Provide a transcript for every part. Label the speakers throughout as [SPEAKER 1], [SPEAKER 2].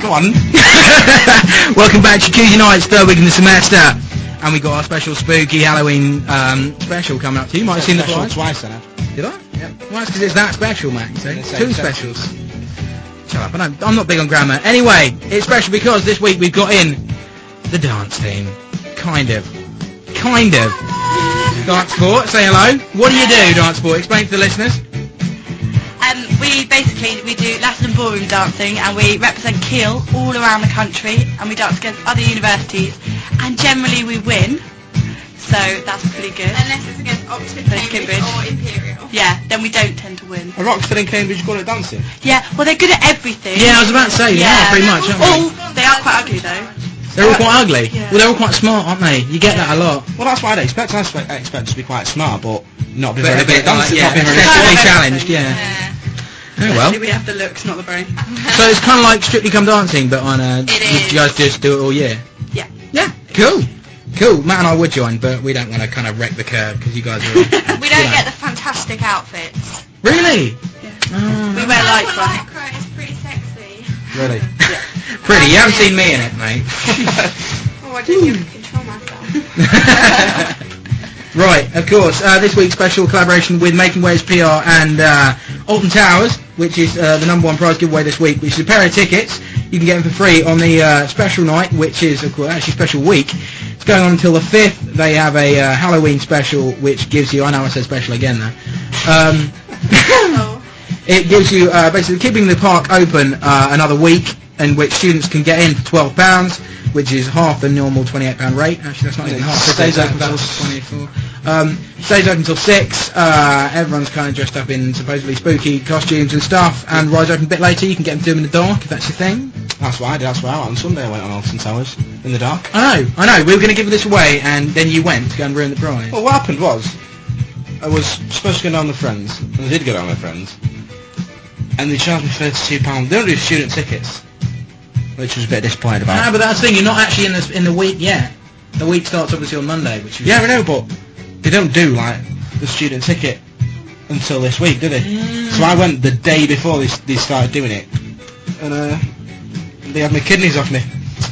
[SPEAKER 1] Go on.
[SPEAKER 2] Welcome back to Tuesday night's third week in the semester. And we got our special spooky Halloween um, special coming up to you. You might have seen the
[SPEAKER 1] Special
[SPEAKER 2] flyers.
[SPEAKER 1] twice, I know.
[SPEAKER 2] Did I? Yep. Well, because it's that special, Mac. you see?
[SPEAKER 1] They say
[SPEAKER 2] Two
[SPEAKER 1] so.
[SPEAKER 2] specials. Shut up. I don't, I'm not big on grammar. Anyway, it's special because this week we've got in the dance team. Kind of. Kind of. Dance Sport, say hello. What do you do, Dance Sport? Explain to the listeners.
[SPEAKER 3] Um, we basically we do Latin and ballroom dancing, and we represent Kiel all around the country, and we dance against other universities, and generally we win. So that's pretty good.
[SPEAKER 4] Unless it's against Oxford,
[SPEAKER 3] That's
[SPEAKER 4] Cambridge,
[SPEAKER 3] Cambridge.
[SPEAKER 4] or Imperial.
[SPEAKER 3] Yeah, then we don't tend to win.
[SPEAKER 1] A Roxford and Cambridge call it dancing.
[SPEAKER 3] Yeah, well they're good at everything.
[SPEAKER 2] Yeah, I was about to say, yeah, pretty much, aren't
[SPEAKER 3] Oh, they are quite ugly though.
[SPEAKER 2] They're all quite ugly.
[SPEAKER 3] Yeah.
[SPEAKER 2] Well, they're all quite smart, aren't they? You get that a lot.
[SPEAKER 1] Well, that's what I'd expect. I expect, I expect to be quite smart, but not be
[SPEAKER 2] But
[SPEAKER 1] very
[SPEAKER 2] a bit
[SPEAKER 1] good at dancing.
[SPEAKER 2] like, yeah,
[SPEAKER 1] not be very
[SPEAKER 3] aesthetic.
[SPEAKER 2] definitely
[SPEAKER 3] good.
[SPEAKER 2] challenged, yeah.
[SPEAKER 4] Yeah.
[SPEAKER 2] Oh well.
[SPEAKER 3] Actually, we have the looks, not the brain.
[SPEAKER 2] So it's kind of like Strictly Come Dancing, but on a...
[SPEAKER 4] is.
[SPEAKER 2] You guys just do it all year?
[SPEAKER 3] Yeah.
[SPEAKER 2] Yeah, cool. Cool. Matt and I would join, but we don't want to kind of wreck the curve because you guys are...
[SPEAKER 4] We don't get the fantastic outfits.
[SPEAKER 2] Really?
[SPEAKER 3] Yeah.
[SPEAKER 2] Oh, no.
[SPEAKER 3] We wear
[SPEAKER 4] Oh,
[SPEAKER 3] lights, right?
[SPEAKER 4] lycra is pretty sexy.
[SPEAKER 1] Really?
[SPEAKER 2] Pretty. You haven't seen me in it, mate.
[SPEAKER 4] Oh, I don't even control myself.
[SPEAKER 2] right, of course. Uh, this week's special collaboration with Making Waves PR and uh, Alton Towers, which is uh, the number one prize giveaway this week, which is a pair of tickets. You can get them for free on the uh, special night, which is of course actually special week. It's going on until the fifth. They have a uh, Halloween special, which gives you. I know I said special again there. Um, it gives you uh, basically keeping the park open uh, another week in which students can get in for twelve pounds, which is half the normal twenty-eight pound rate. Actually, that's not
[SPEAKER 1] And
[SPEAKER 2] even
[SPEAKER 1] it
[SPEAKER 2] half.
[SPEAKER 1] stays open till
[SPEAKER 2] twenty-four. Um, stays open till six. Uh, everyone's kind of dressed up in supposedly spooky costumes and stuff. And rides open a bit later. You can get them to them in the dark if that's your thing.
[SPEAKER 1] That's what I did. That's what I went on Sunday. I went on Alton Towers in the dark.
[SPEAKER 2] I know, I know. We were going to give this away, and then you went to go and ruin the prize.
[SPEAKER 1] Well, what happened was, I was supposed to go down with friends, and I did go down with friends, and they charged me thirty-two pounds. They don't do student tickets, which was a bit disappointed about.
[SPEAKER 2] Ah, but that's the thing. You're not actually in the in the week yet. The week starts obviously on Monday, which is
[SPEAKER 1] yeah, I know, but they don't do like the student ticket until this week, do they?
[SPEAKER 2] Mm.
[SPEAKER 1] So I went the day before they, they started doing it, and uh, they had my kidneys off me.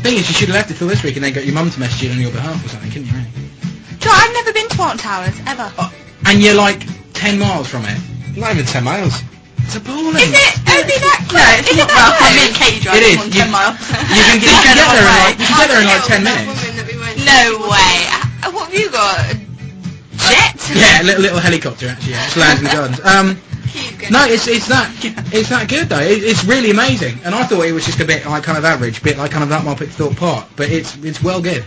[SPEAKER 2] thing is, you should have left it till this week and then got your mum to message you on your behalf or something, couldn't you? Really?
[SPEAKER 4] Do you know, I've never been to Alton Towers, ever.
[SPEAKER 2] Oh, And you're like 10 miles from it.
[SPEAKER 1] Not even ten miles.
[SPEAKER 2] It's appalling.
[SPEAKER 4] Is it only that close?
[SPEAKER 3] No, it's
[SPEAKER 4] is
[SPEAKER 3] not.
[SPEAKER 4] it
[SPEAKER 3] Well,
[SPEAKER 4] that
[SPEAKER 3] I
[SPEAKER 4] close?
[SPEAKER 3] mean, Katie drives
[SPEAKER 2] It is.
[SPEAKER 3] more than
[SPEAKER 2] You-
[SPEAKER 3] ten miles.
[SPEAKER 2] You can get, you can get there in like, you can get there in like
[SPEAKER 4] I'll
[SPEAKER 2] 10
[SPEAKER 4] kill that
[SPEAKER 2] minutes.
[SPEAKER 4] woman that we went to.
[SPEAKER 3] No way.
[SPEAKER 4] Uh, What have you got? A jet?
[SPEAKER 2] Yeah, a little, little helicopter actually. Yeah, just lands in the gardens. Um,
[SPEAKER 4] Keep
[SPEAKER 2] no,
[SPEAKER 4] going.
[SPEAKER 2] it's it's that it's that good though. It, it's really amazing. And I thought it was just a bit like kind of average, bit like kind of that Marpick Thought Park, but it's it's well good. It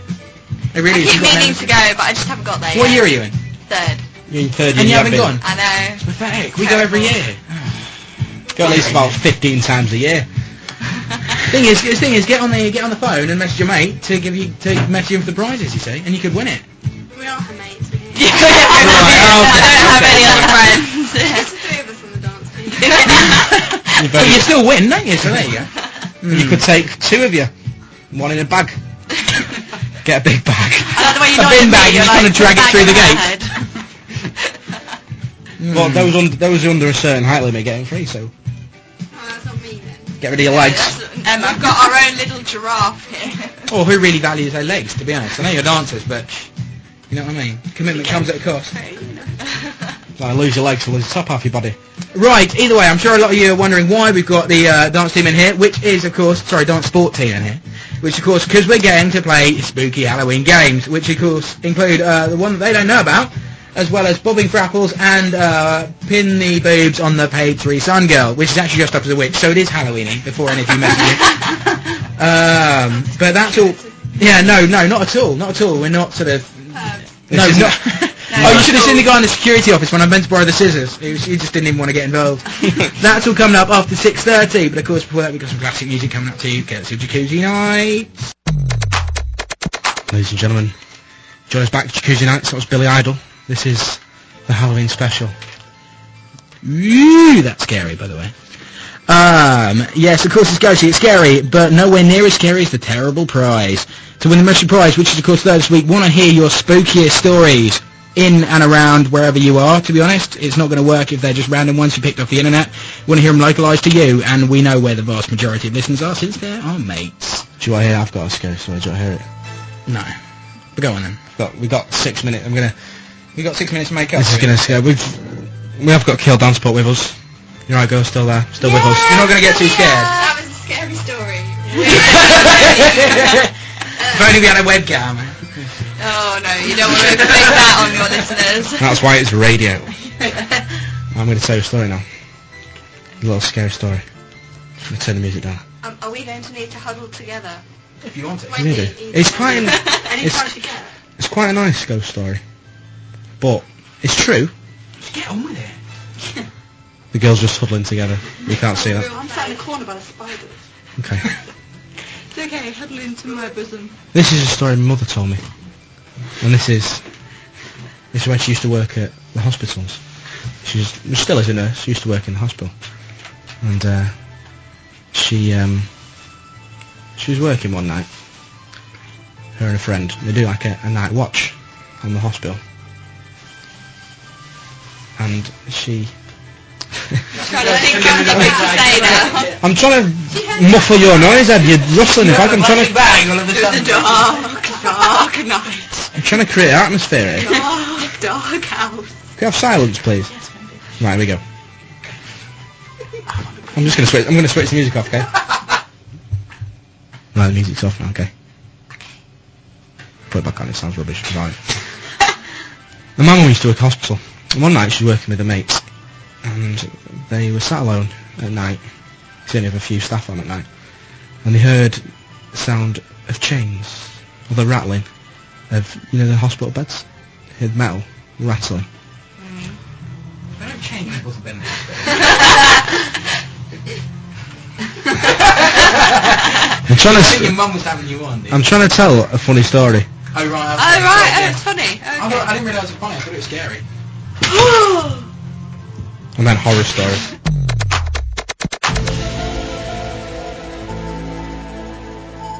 [SPEAKER 4] I
[SPEAKER 2] really is.
[SPEAKER 4] keep
[SPEAKER 2] You've got
[SPEAKER 4] meaning
[SPEAKER 2] an-
[SPEAKER 4] to go, but I just haven't got there
[SPEAKER 2] What
[SPEAKER 4] yet.
[SPEAKER 2] year are you in?
[SPEAKER 4] Third.
[SPEAKER 1] You're in third year.
[SPEAKER 2] And you haven't gone.
[SPEAKER 1] haven't
[SPEAKER 4] I know.
[SPEAKER 2] Pathetic. We go every year.
[SPEAKER 1] Go at least about fifteen times a year.
[SPEAKER 2] Thing is, the thing is, get on the get on the phone and message your mate to give you to message him for the prizes. You see, and you could win it.
[SPEAKER 4] We are her mates. we
[SPEAKER 3] Yeah,
[SPEAKER 4] do.
[SPEAKER 3] I don't have any other
[SPEAKER 4] There's
[SPEAKER 3] friends.
[SPEAKER 4] three of us on the dance team.
[SPEAKER 1] You're
[SPEAKER 2] But
[SPEAKER 1] very-
[SPEAKER 2] you still win, don't you? So there you go.
[SPEAKER 1] Mm. You could take two of you, one in a bag. Get a big bag.
[SPEAKER 3] I like the way you
[SPEAKER 2] A
[SPEAKER 3] nod
[SPEAKER 2] bin
[SPEAKER 3] at me,
[SPEAKER 2] bag, you
[SPEAKER 3] you're
[SPEAKER 2] just wanna
[SPEAKER 3] like,
[SPEAKER 2] drag it
[SPEAKER 3] bag
[SPEAKER 2] through the
[SPEAKER 3] in my
[SPEAKER 2] gate.
[SPEAKER 3] head.
[SPEAKER 2] Mm.
[SPEAKER 1] Well, those under those under a certain height limit getting free, so
[SPEAKER 4] Oh, that's not me then.
[SPEAKER 1] get rid of your legs.
[SPEAKER 3] Emma.
[SPEAKER 4] We've got our own little giraffe here.
[SPEAKER 2] Or Oh, who really values their legs, to be honest. I know you're dancers, but you know what I mean. Commitment comes at a cost.
[SPEAKER 1] Like lose your legs, lose the top half your body.
[SPEAKER 2] Right. Either way, I'm sure a lot of you are wondering why we've got the uh, dance team in here, which is, of course, sorry, dance sport team in here, which, of course, because we're getting to play spooky Halloween games, which, of course, include uh, the one that they don't know about, as well as bobbing for apples and uh, pin the boobs on the page three sun girl, which is actually dressed up as a witch, so it is Halloweeny. Before any of you message it. Um, but that's all. Yeah, no, no, not at all, not at all. We're not sort of. No,
[SPEAKER 1] This is-
[SPEAKER 2] not. oh, you should have seen the guy in the security office when I meant to borrow the scissors. He, was, he just didn't even want to get involved. that's all coming up after six thirty. But of course, before that, we've got some classic music coming up to you. Get to jacuzzi night.
[SPEAKER 1] Ladies and gentlemen, join us back to Jacuzzi Nights. That was Billy Idol. This is the Halloween special.
[SPEAKER 2] Ooh, that's scary, by the way. Um, yes, of course it's ghosty, it's scary, but nowhere near as scary as the terrible prize. To win the mystery prize, which is of course third this week, want to hear your spookiest stories in and around wherever you are, to be honest. It's not going to work if they're just random ones you picked off the internet. want to hear them localised to you, and we know where the vast majority of listeners are since they're our mates.
[SPEAKER 1] Do you want to hear? I've got a scare story. Do you want to hear it?
[SPEAKER 2] No. But go on then.
[SPEAKER 1] Got, we got six minutes. I'm gonna.
[SPEAKER 2] we got six minutes to make up.
[SPEAKER 1] This is gonna scare. We've we have got Kill Danceport with us. You're right, girl. Still there. Still with us.
[SPEAKER 2] You're not gonna get too scared.
[SPEAKER 4] That was a scary story. Uh,
[SPEAKER 2] if only we had a webcam.
[SPEAKER 3] Oh no, you don't want to inflict that on your listeners.
[SPEAKER 1] That's why it's radio. I'm gonna tell you a story now. A little scary story. Let me turn the music down.
[SPEAKER 4] um, are we going to need to huddle together?
[SPEAKER 2] If you want to.
[SPEAKER 4] My
[SPEAKER 1] Really?
[SPEAKER 4] feet need-
[SPEAKER 1] It's quite an-
[SPEAKER 4] I need to
[SPEAKER 1] it's-
[SPEAKER 4] huddle together.
[SPEAKER 1] It's quite a nice ghost story, but it's true.
[SPEAKER 2] Get on with it.
[SPEAKER 1] The girls just huddling together. You can't see that.
[SPEAKER 4] I'm sat in the corner by the spider.
[SPEAKER 1] Okay.
[SPEAKER 4] It's okay, huddle into my bosom.
[SPEAKER 1] This is a story my mother told me, and this is this is when she used to work at the hospitals. She's she still is a nurse. She used to work in the hospital, and uh, she um, she was working one night. Her and a friend they do like a, a night watch on the hospital, and she.
[SPEAKER 3] Trying to think of something to say now.
[SPEAKER 1] I'm trying to muffle your noise, Ed. You're rustling. If I can, I'm trying to,
[SPEAKER 2] bag all of a sudden.
[SPEAKER 4] Dark, dark night.
[SPEAKER 1] I'm trying to create atmosphere here.
[SPEAKER 4] Dark, dark house.
[SPEAKER 1] Can we have silence, please? Right, here we go. I'm just gonna switch. I'm gonna switch the music off, okay? Right, the music's off now, okay? Put it back on. It sounds rubbish. Right. My mum used to work at hospital. And one night she was working with her mates, and they were sat alone at night. She only have a few staff on at night, and they heard the sound of chains or the rattling of you know the hospital beds, They heard metal rattling.
[SPEAKER 2] Don't change people's business.
[SPEAKER 1] I'm trying
[SPEAKER 2] I think your
[SPEAKER 1] to.
[SPEAKER 2] mum was having you on. Dude.
[SPEAKER 1] I'm trying to tell a funny story.
[SPEAKER 2] Oh right.
[SPEAKER 3] Oh right, oh it's funny.
[SPEAKER 2] I,
[SPEAKER 3] Okay.
[SPEAKER 2] thought, I didn't realise it was funny. I thought it was scary.
[SPEAKER 1] And then horror story.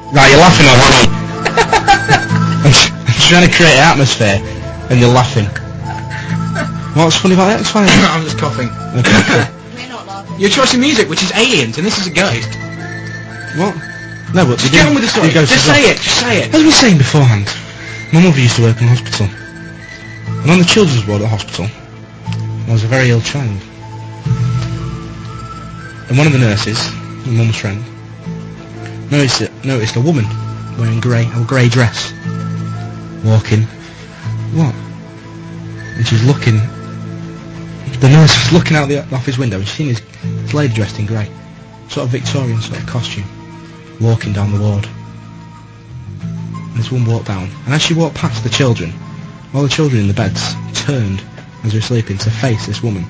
[SPEAKER 1] Right, you're laughing already. I'm, tr- I'm trying to create an atmosphere, and you're laughing. What's funny about that? It's funny.
[SPEAKER 2] I'm just coughing.
[SPEAKER 1] Okay,
[SPEAKER 4] We're not laughing.
[SPEAKER 2] Your choice of music, which is aliens, and this is a ghost.
[SPEAKER 1] what? No, but
[SPEAKER 2] Just get on with the story. Just say it. Just say it.
[SPEAKER 1] As we were saying beforehand, my mother used to work in the hospital. And on the children's ward at the hospital, there was a very ill child. And one of the nurses, my mum's friend, noticed, it, noticed a woman wearing grey, a grey dress, walking. What? And she was looking. The nurse was looking out the off his window and she seen this, this lady dressed in grey, sort of Victorian sort of costume, walking down the ward. And this woman walked down, and as she walked past the children, all the children in the beds turned as they were sleeping to face this woman,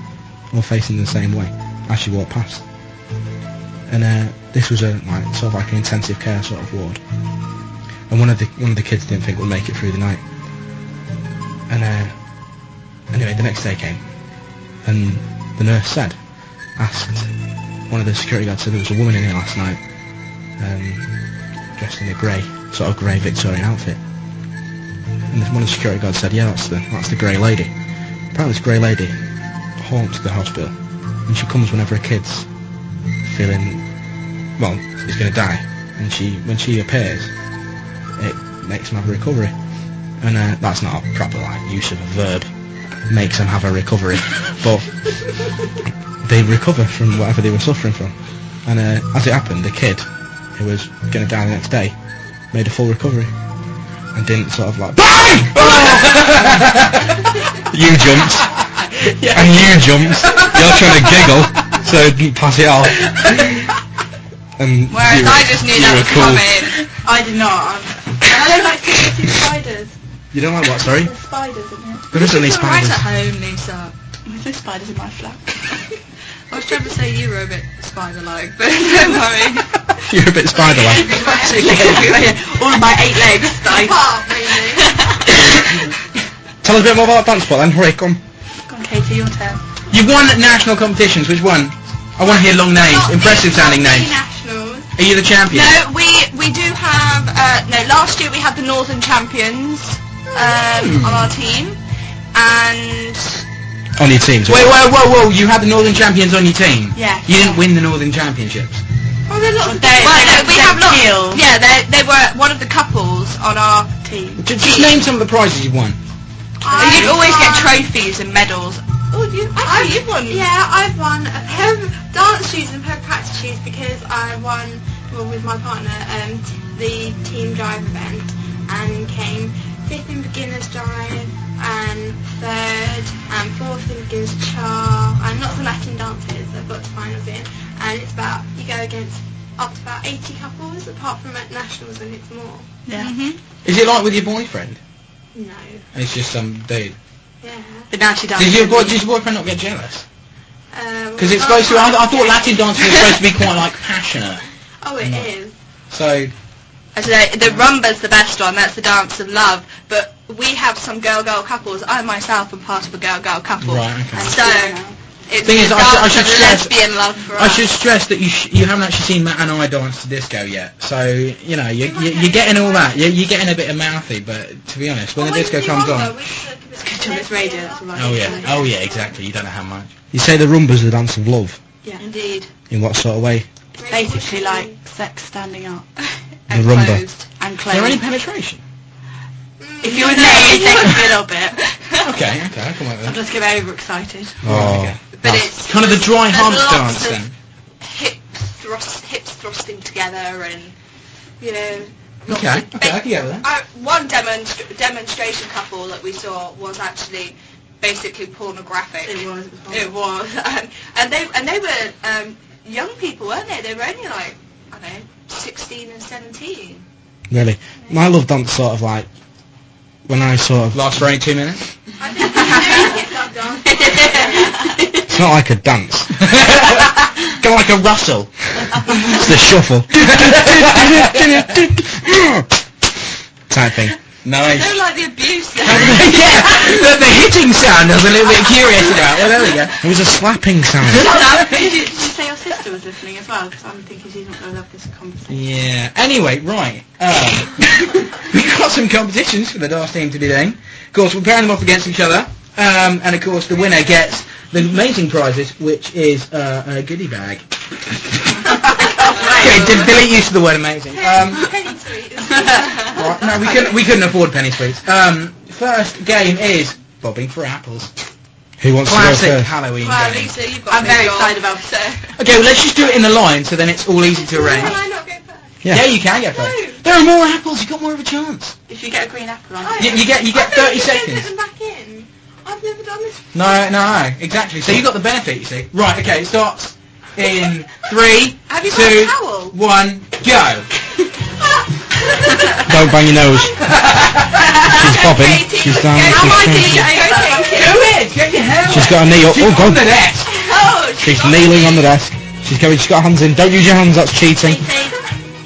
[SPEAKER 1] all facing the same way as she walked past. And uh, this was a like, sort of like an intensive care sort of ward, and one of the one of the kids didn't think would make it through the night. And uh, anyway, the next day came, and the nurse said, asked one of the security guards said there was a woman in here last night. Um, dressed in a grey, sort of grey Victorian outfit. And this one of the security guards said, yeah, that's the, that's the grey lady. Apparently this grey lady haunts the hospital, and she comes whenever her kid's feeling, well, is going to die. And she, when she appears, it makes them have a recovery. And uh, that's not a proper like use of a verb, makes them have a recovery. but they recover from whatever they were suffering from. And uh, as it happened, the kid who was going to die the next day made a full recovery and didn't sort of like bang. you jumped and you jumped. You're trying to giggle, so I didn't pass it off. And
[SPEAKER 3] Whereas
[SPEAKER 1] you were-
[SPEAKER 3] I just knew
[SPEAKER 1] you
[SPEAKER 3] that
[SPEAKER 1] were
[SPEAKER 3] was
[SPEAKER 1] cool.
[SPEAKER 3] coming.
[SPEAKER 4] I did not. I'm- And I don't like to see spiders.
[SPEAKER 1] You don't like what? Sorry,
[SPEAKER 4] There's spiders in here.
[SPEAKER 1] there isn't any
[SPEAKER 4] You're right
[SPEAKER 1] spiders.
[SPEAKER 4] at home, Lisa. There's no spiders in my flat. I was trying to say you were a bit spider-like, but don't worry.
[SPEAKER 1] You're a bit spider-like.
[SPEAKER 4] All of my eight legs. Oh,
[SPEAKER 1] Tell us a bit more about dance spot then. Hurry, come.
[SPEAKER 4] Come on, Katie, your turn.
[SPEAKER 2] You won national competitions. Which one? I want to hear long names, impressive sounding names.
[SPEAKER 4] Nationals.
[SPEAKER 2] Are you the champion?
[SPEAKER 3] No, we we do have uh, no. Last year we had the
[SPEAKER 2] Hmm.
[SPEAKER 3] Northern Champions um, on our team, and
[SPEAKER 1] on your team.
[SPEAKER 2] Wait, whoa, whoa, whoa! Oh, You had the Northern Champions on your team.
[SPEAKER 3] Yeah.
[SPEAKER 2] You didn't win the Northern Championships.
[SPEAKER 4] Oh, there's lots of
[SPEAKER 3] They-
[SPEAKER 4] Well,
[SPEAKER 3] they
[SPEAKER 4] no, we
[SPEAKER 3] represent
[SPEAKER 4] have lots.
[SPEAKER 3] Kiel.
[SPEAKER 4] Yeah, they they were one of the couples on our team.
[SPEAKER 2] Just, just name some of the prizes you won.
[SPEAKER 4] You'd always get trophies and medals.
[SPEAKER 5] Um, Oh, you,
[SPEAKER 4] Actually,
[SPEAKER 5] I've,
[SPEAKER 4] you've won.
[SPEAKER 5] Yeah, I've won a pair of dance shoes and a pair of practice shoes because I won well, with my partner um, t- the team drive event and came fifth in beginners drive and third and fourth in beginners char and lots of Latin dances I've got to finals in and it's about you go against up to about 80 couples apart from at nationals and it's more.
[SPEAKER 3] Yeah.
[SPEAKER 4] Mm-hmm.
[SPEAKER 2] Is it like with your boyfriend?
[SPEAKER 5] No,
[SPEAKER 2] And it's just some dude.
[SPEAKER 5] yeah.
[SPEAKER 4] But now she does.
[SPEAKER 2] Did your, boy, did your boyfriend not get jealous?
[SPEAKER 5] Um,
[SPEAKER 2] Because
[SPEAKER 4] Oh,
[SPEAKER 2] it's supposed to. I, I thought Latin dancing was supposed to be quite like passionate.
[SPEAKER 5] Oh, it is.
[SPEAKER 2] So
[SPEAKER 4] I say the rumba's the best one. That's the dance of love. But we have some girl-girl couples. I myself am part of a girl-girl couple.
[SPEAKER 2] Right, okay.
[SPEAKER 4] And so it's
[SPEAKER 2] Thing
[SPEAKER 4] the
[SPEAKER 2] is, I
[SPEAKER 4] dance
[SPEAKER 2] should- I should
[SPEAKER 4] of
[SPEAKER 2] stress-
[SPEAKER 4] lesbian love for us.
[SPEAKER 2] I should stress that you sh- you haven't actually seen Matt and I dance to disco yet. So you know you, you you're getting all that. You're, you're getting a bit of mouthy, but to be honest, when the disco comes on,
[SPEAKER 4] It's on this radio. That's all I
[SPEAKER 2] oh
[SPEAKER 4] can
[SPEAKER 2] yeah,
[SPEAKER 4] say.
[SPEAKER 2] oh yeah, exactly. You don't know how much.
[SPEAKER 1] You say the rumba's the dance of love.
[SPEAKER 4] Yeah. Indeed.
[SPEAKER 1] In what sort of way?
[SPEAKER 3] It's basically like sex standing up
[SPEAKER 4] And
[SPEAKER 1] rumba.
[SPEAKER 4] closed.
[SPEAKER 3] and
[SPEAKER 2] Is there any
[SPEAKER 3] clothes.
[SPEAKER 2] penetration?
[SPEAKER 5] Mm.
[SPEAKER 3] If you're naked, then a little bit.
[SPEAKER 2] Okay, okay, I can work with that.
[SPEAKER 4] Sometimes get overexcited.
[SPEAKER 1] Oh,
[SPEAKER 2] okay.
[SPEAKER 4] But it's
[SPEAKER 2] Kind of the dry
[SPEAKER 4] There's
[SPEAKER 2] hump
[SPEAKER 4] lots
[SPEAKER 2] dance
[SPEAKER 4] of-
[SPEAKER 2] then.
[SPEAKER 4] hip thrust, hips thrusting together, and you know. lots
[SPEAKER 2] Okay,
[SPEAKER 4] of-
[SPEAKER 2] okay, I can get with that.
[SPEAKER 4] I, one demonstr demonstration couple that we saw was actually basically pornographic. It was. It was, and, and they and they were um, young people, weren't they? They were only like I don't know, sixteen and seventeen.
[SPEAKER 1] really? My love dance sort of like when I sort of
[SPEAKER 2] Last for only two minutes.
[SPEAKER 5] I think you know it
[SPEAKER 1] It's not like a dance. kind of like a rustle. it's the shuffle. type thing.
[SPEAKER 2] Nice.
[SPEAKER 4] Don't like the abuse.
[SPEAKER 2] yeah, the, the hitting sound I was a little bit curious about. Well, there we go.
[SPEAKER 1] It was a slapping sound.
[SPEAKER 3] Did you, did you say your sister was listening as well? Because I'm thinking she's not going to love this conversation.
[SPEAKER 2] Yeah. Anyway, right. Um, we've got some competitions for the dance team to be doing. Of course, we're pairing them off against each other, um, and of course, the winner gets the amazing prizes, which is uh, a goodie bag. okay, de- delete use of the word amazing. Um,
[SPEAKER 5] does.
[SPEAKER 2] right, no, we couldn't. We couldn't afford penny sweets. Um, first game is bobbing for apples.
[SPEAKER 1] Who wants to
[SPEAKER 2] Classic
[SPEAKER 1] go first?
[SPEAKER 2] Halloween
[SPEAKER 4] Well,
[SPEAKER 2] game.
[SPEAKER 4] Lisa, you've got
[SPEAKER 3] I'm
[SPEAKER 4] a
[SPEAKER 3] very
[SPEAKER 4] big
[SPEAKER 3] excited
[SPEAKER 4] goal.
[SPEAKER 3] about it.
[SPEAKER 2] Okay, well, let's just do it in the line, so then it's all easy to
[SPEAKER 5] Can
[SPEAKER 2] arrange.
[SPEAKER 5] I not go first?
[SPEAKER 1] Yeah.
[SPEAKER 2] Yeah, you can get
[SPEAKER 5] No.
[SPEAKER 2] first. There are more apples. You got more of a chance.
[SPEAKER 3] If you get a green apple on
[SPEAKER 5] I-
[SPEAKER 2] You, you get you
[SPEAKER 5] I
[SPEAKER 2] get
[SPEAKER 5] thought
[SPEAKER 2] thirty
[SPEAKER 5] you could Put
[SPEAKER 2] seconds.
[SPEAKER 5] them back in. I've never done this.
[SPEAKER 2] No, no, exactly. So you got the benefit, you see. Right, okay, it starts in three,
[SPEAKER 4] Have you
[SPEAKER 2] two,
[SPEAKER 4] got a towel?
[SPEAKER 2] one, go.
[SPEAKER 1] Don't bang your nose. She's bobbing. She's down. She's, down.
[SPEAKER 2] Go in, get your hair
[SPEAKER 1] she's got her knee up.
[SPEAKER 2] She's
[SPEAKER 1] Oh
[SPEAKER 2] on the
[SPEAKER 1] god.
[SPEAKER 2] desk.
[SPEAKER 1] She's kneeling on the desk. She's going. She's got her hands in. Don't use your hands. That's cheating.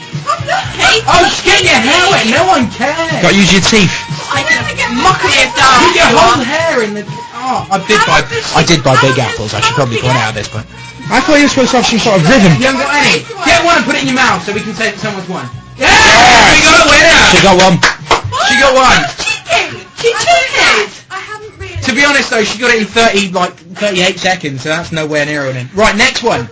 [SPEAKER 2] Oh, she's getting your hair wet. No one cares.
[SPEAKER 1] Got to use your teeth.
[SPEAKER 4] Mockery of
[SPEAKER 2] Put your
[SPEAKER 4] dance.
[SPEAKER 2] whole hair in the... Oh, I did buy...
[SPEAKER 1] I did buy big apples. I should probably point out at this point. I thought you were supposed to have some sort of rhythm.
[SPEAKER 2] You haven't got any. Get one and put it in your mouth so we can say that someone's won. Yeah! We got a winner!
[SPEAKER 1] She got one.
[SPEAKER 2] She got one.
[SPEAKER 5] She cheated. I haven't really.
[SPEAKER 2] To be honest though, she got it in 30, like 38 seconds, so that's nowhere near on it. Right, next one.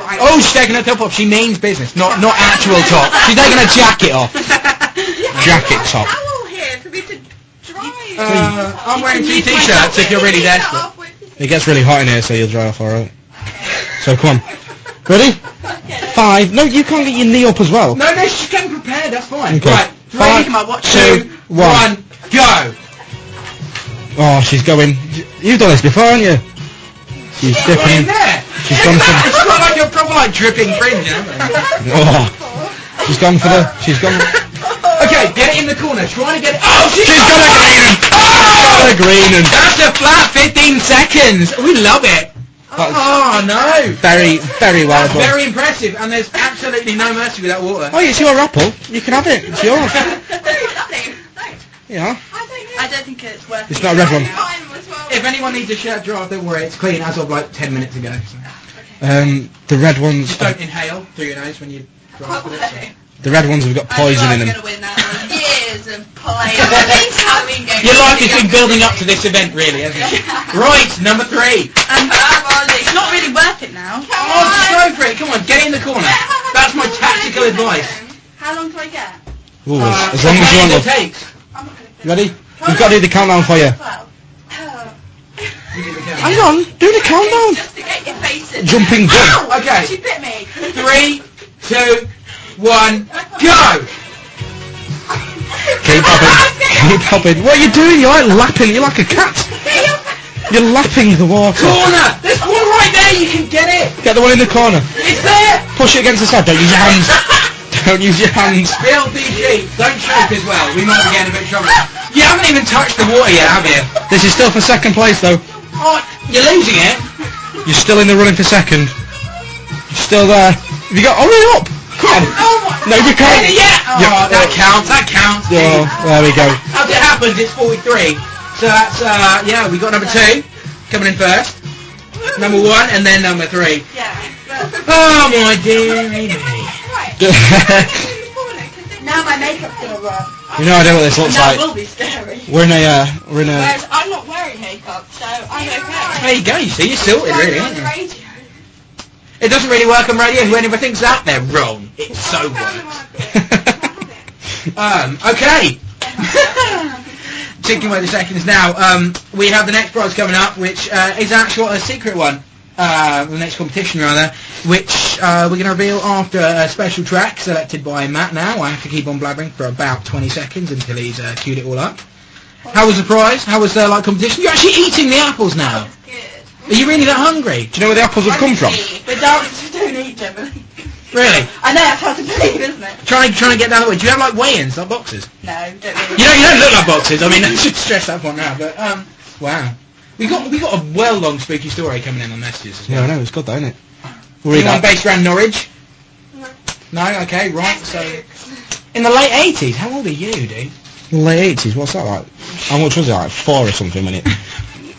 [SPEAKER 2] Oh, she's taking her top off. She means business, not not actual top. She's taking her jacket off.
[SPEAKER 1] Jacket top.
[SPEAKER 5] towel here for me to dry.
[SPEAKER 2] Uh, I'm wearing two t-shirts if you're really desperate.
[SPEAKER 1] It gets really hot in here, so you'll dry off alright. So come on. Ready? Five. No, you can't get your knee up as well.
[SPEAKER 2] No, no, she's getting prepared. That's fine.
[SPEAKER 1] Okay.
[SPEAKER 2] Right, three,
[SPEAKER 1] Five,
[SPEAKER 2] come on, what,
[SPEAKER 1] two,
[SPEAKER 2] two,
[SPEAKER 1] one.
[SPEAKER 2] one, go.
[SPEAKER 1] Oh, she's going. You've done this before, haven't you? She's
[SPEAKER 2] Put it in
[SPEAKER 1] dipping.
[SPEAKER 2] there.
[SPEAKER 1] She's gone for.
[SPEAKER 2] It's got like your proper like dripping fringe. you know?
[SPEAKER 1] Oh, she's gone for the. She's gone.
[SPEAKER 2] Okay, get it in the corner. Try to get it. Oh, she's,
[SPEAKER 1] She's got a green. and- She's got a
[SPEAKER 2] Oh!
[SPEAKER 1] green and
[SPEAKER 2] That's a flat 15 seconds. We love it. Oh no.
[SPEAKER 1] very, very well
[SPEAKER 2] That's
[SPEAKER 1] done.
[SPEAKER 2] very impressive, and there's absolutely no mercy with that water.
[SPEAKER 1] Oh, it's your apple. You can have it. It's yours. Yeah.
[SPEAKER 4] I don't think it's worth
[SPEAKER 1] It's not a red one.
[SPEAKER 2] If anyone needs a shirt draft, don't worry, it's clean as of like 10 minutes ago. So
[SPEAKER 1] Um, the red ones.
[SPEAKER 2] Just don't inhale through your nose when you draft with it.
[SPEAKER 1] The red ones have got poison in
[SPEAKER 4] I'm
[SPEAKER 1] them.
[SPEAKER 4] going to win that one. Years of like, having a
[SPEAKER 2] Your life has been building up to this event, really, hasn't it? Right, number three.
[SPEAKER 3] Um, it's not really worth it
[SPEAKER 2] Oh,
[SPEAKER 3] now.
[SPEAKER 2] just go for it. Come on, get in the corner. That's my tactical advice.
[SPEAKER 5] How long do I get?
[SPEAKER 1] Ooh,
[SPEAKER 2] Uh,
[SPEAKER 1] as long as you
[SPEAKER 2] long
[SPEAKER 1] want
[SPEAKER 2] as it
[SPEAKER 1] love.
[SPEAKER 2] takes.
[SPEAKER 5] I'm not going to
[SPEAKER 1] You ready? We've got to do the countdown for you.
[SPEAKER 4] uh,
[SPEAKER 1] Hang on, do the countdown.
[SPEAKER 4] Just to get your face in.
[SPEAKER 1] Jumping jump.
[SPEAKER 2] Okay,
[SPEAKER 4] She bit me.
[SPEAKER 2] three, two, one, go!
[SPEAKER 1] Keep hopping. Keep hopping. What are you doing? You're like lapping. You're like a cat. You're lapping the water.
[SPEAKER 2] Corner! There's one right there, you can get it!
[SPEAKER 1] Get the one in the corner.
[SPEAKER 2] It's there!
[SPEAKER 1] Push it against the side. Don't use your hands. Don't use your hands.
[SPEAKER 2] Bill DG, don't choke as well. We might be getting a bit of trouble. You haven't even touched the water yet, have you?
[SPEAKER 1] This is still for second place though.
[SPEAKER 2] Oh, you're losing it.
[SPEAKER 1] You're still in the running for second. You're still there. Have you got? Hurry up! Come on. No, we
[SPEAKER 2] Hey,
[SPEAKER 1] can't.
[SPEAKER 2] yeah.
[SPEAKER 1] Yeah.
[SPEAKER 2] Oh, that counts. That counts.
[SPEAKER 1] Oh, there we go.
[SPEAKER 2] As it happens, it's 43. So that's uh, yeah. We got number two coming in first. Number one, and then number three.
[SPEAKER 4] Yeah.
[SPEAKER 2] Oh my dear me.
[SPEAKER 5] Now my makeup's going to roll.
[SPEAKER 1] you know I know what this looks
[SPEAKER 4] That
[SPEAKER 1] like.
[SPEAKER 4] will be scary.
[SPEAKER 1] We're in a. Uh, we're in a.
[SPEAKER 4] Whereas I'm not wearing makeup, so I'm okay.
[SPEAKER 2] There you go. You see, you're sorted, really, aren't you? It doesn't really work on radio. Whoever thinks that, they're wrong. It so works. Um, okay. Taking away the seconds now. Um, we have the next prize coming up, which uh, is actually a secret one. Uh, the next competition, rather, which uh, we're going to reveal after a special track selected by Matt. Now I have to keep on blabbering for about 20 seconds until he's uh, queued it all up. How was the prize? How was the like competition? You're actually eating the apples now. Are you really that hungry?
[SPEAKER 1] Do you know where the apples have come from?
[SPEAKER 4] But dancers don't eat generally.
[SPEAKER 2] Really?
[SPEAKER 4] I know, it's hard to believe, isn't it?
[SPEAKER 2] Trying, trying to get down the way. Do you have like weigh-ins, like boxes?
[SPEAKER 4] No, don't really.
[SPEAKER 2] You know, you don't look like boxes. I mean, I should stress that point now. But um, wow, we got we got a well long spooky story coming in on messages. As
[SPEAKER 1] Yeah, I
[SPEAKER 2] well.
[SPEAKER 1] know. It's good, though, isn't it? We'll read
[SPEAKER 2] Anyone
[SPEAKER 1] that.
[SPEAKER 2] based around Norwich?
[SPEAKER 5] No.
[SPEAKER 2] No. Okay. Right. So in the late eighties. How old are you, dude?
[SPEAKER 1] Late 80s. What's that like? How much was it? Like four or something, wasn't it?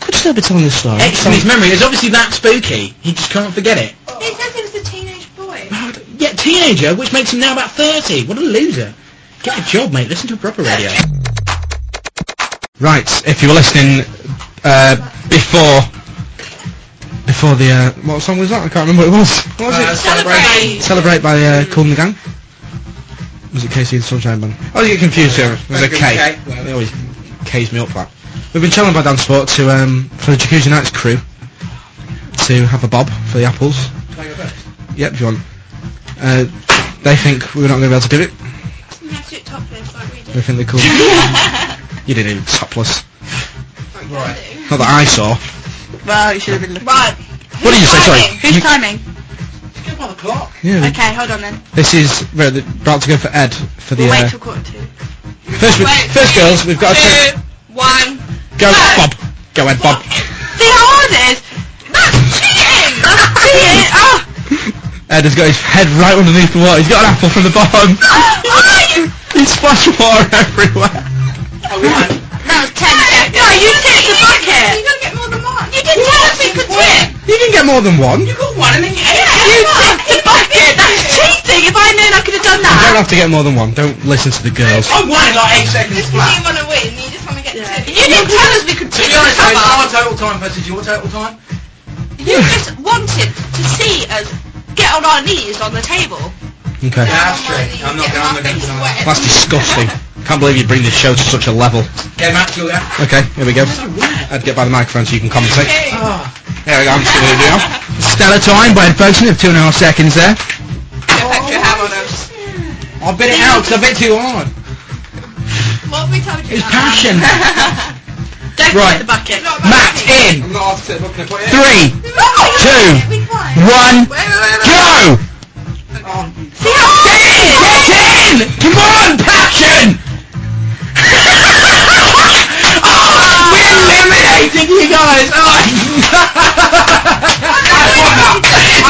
[SPEAKER 1] Could still be telling this story.
[SPEAKER 2] Etched in his memory. It's obviously that spooky. He just can't forget it.
[SPEAKER 5] They said he was a teenage boy.
[SPEAKER 2] Yeah, teenager, which makes him now about thirty. What a loser. Get a job, mate. Listen to proper radio.
[SPEAKER 1] Right, if you were listening uh, before before the uh, what song was that? I can't remember what it was. What was
[SPEAKER 2] Uh,
[SPEAKER 1] it?
[SPEAKER 2] celebrate.
[SPEAKER 1] Celebrate by uh, Cool and the Gang. Was it Casey and the Sunshine Band? I always get confused here. It was a K.
[SPEAKER 2] Okay, well.
[SPEAKER 1] They always K's me up that. We've been challenged by Dan Sport to um, for the Jacuzzi Nights crew to have a bob for the apples.
[SPEAKER 2] Can I go first?
[SPEAKER 1] Yep, John. Uh, they think we're not going to be able to do it.
[SPEAKER 5] You have to do it topless like we
[SPEAKER 1] They
[SPEAKER 5] did.
[SPEAKER 1] think they're cool. you didn't even topless.
[SPEAKER 2] Right.
[SPEAKER 1] Not that I saw.
[SPEAKER 3] Well, you should have been looking. Right.
[SPEAKER 1] What did you say? Sorry.
[SPEAKER 3] Who's
[SPEAKER 1] You-
[SPEAKER 3] timing?
[SPEAKER 2] Get by the clock.
[SPEAKER 1] Yeah, we-
[SPEAKER 3] Okay, hold on then.
[SPEAKER 1] This is we're about to go for Ed for the
[SPEAKER 3] We'll
[SPEAKER 1] uh,
[SPEAKER 3] wait till quarter two.
[SPEAKER 1] first. we- first girls, we've got to
[SPEAKER 3] Two, one.
[SPEAKER 1] go Bob. Go Ed Bob.
[SPEAKER 3] See how hard it is? That's cheating! That's cheating! Oh!
[SPEAKER 1] Ed has got his head right underneath the water. He's got an apple from the bottom.
[SPEAKER 3] oh,
[SPEAKER 1] He's splashing water everywhere.
[SPEAKER 2] Oh, one.
[SPEAKER 3] That was 10 seconds. No, you tipped the bucket! You gotta get more than one. You didn't tell us we could win!
[SPEAKER 1] You can get more than one.
[SPEAKER 2] You
[SPEAKER 1] You
[SPEAKER 2] got one, and then you ate it.
[SPEAKER 3] You tipped the bucket! That's cheating! If I'd known I could have done
[SPEAKER 1] don't
[SPEAKER 3] that!
[SPEAKER 1] have to get more than one. Don't listen to the girls.
[SPEAKER 2] I won in like eight seconds flat.
[SPEAKER 5] want to win, you just want to get
[SPEAKER 3] You didn't tell us we could
[SPEAKER 2] To be honest, though, our total time versus your total time.
[SPEAKER 4] You just wanted to see us get on our knees on the table.
[SPEAKER 1] Okay,
[SPEAKER 2] that's true. I'm not going with
[SPEAKER 4] Get
[SPEAKER 2] anything
[SPEAKER 4] our
[SPEAKER 2] like
[SPEAKER 4] face
[SPEAKER 1] that's disgusting. Can't believe you bring this show to such a level.
[SPEAKER 2] that. Okay, Matt, you're there.
[SPEAKER 1] Okay, here we go.
[SPEAKER 2] So weird.
[SPEAKER 1] I'd get by the microphone so you can commentate.
[SPEAKER 2] Oh,
[SPEAKER 1] There we go. I'm just gonna do it now. Stellar time by Ed Ferguson of two and a half seconds there.
[SPEAKER 4] extra ham
[SPEAKER 2] Oh.
[SPEAKER 4] on us.
[SPEAKER 2] I bit it out 'cause I bit too hard.
[SPEAKER 5] What have we told you?
[SPEAKER 2] It's passion.
[SPEAKER 3] Don't
[SPEAKER 1] Right.
[SPEAKER 3] tip the bucket.
[SPEAKER 1] Matt in
[SPEAKER 2] I'm not after looking at it.
[SPEAKER 1] three, two,
[SPEAKER 5] We won.
[SPEAKER 1] one,
[SPEAKER 4] Wait, wait, wait, wait.
[SPEAKER 1] go.
[SPEAKER 2] Oh,
[SPEAKER 3] See how hard it is?
[SPEAKER 1] Get in! Come on, passion! Oh,
[SPEAKER 2] we eliminated you guys. Oh.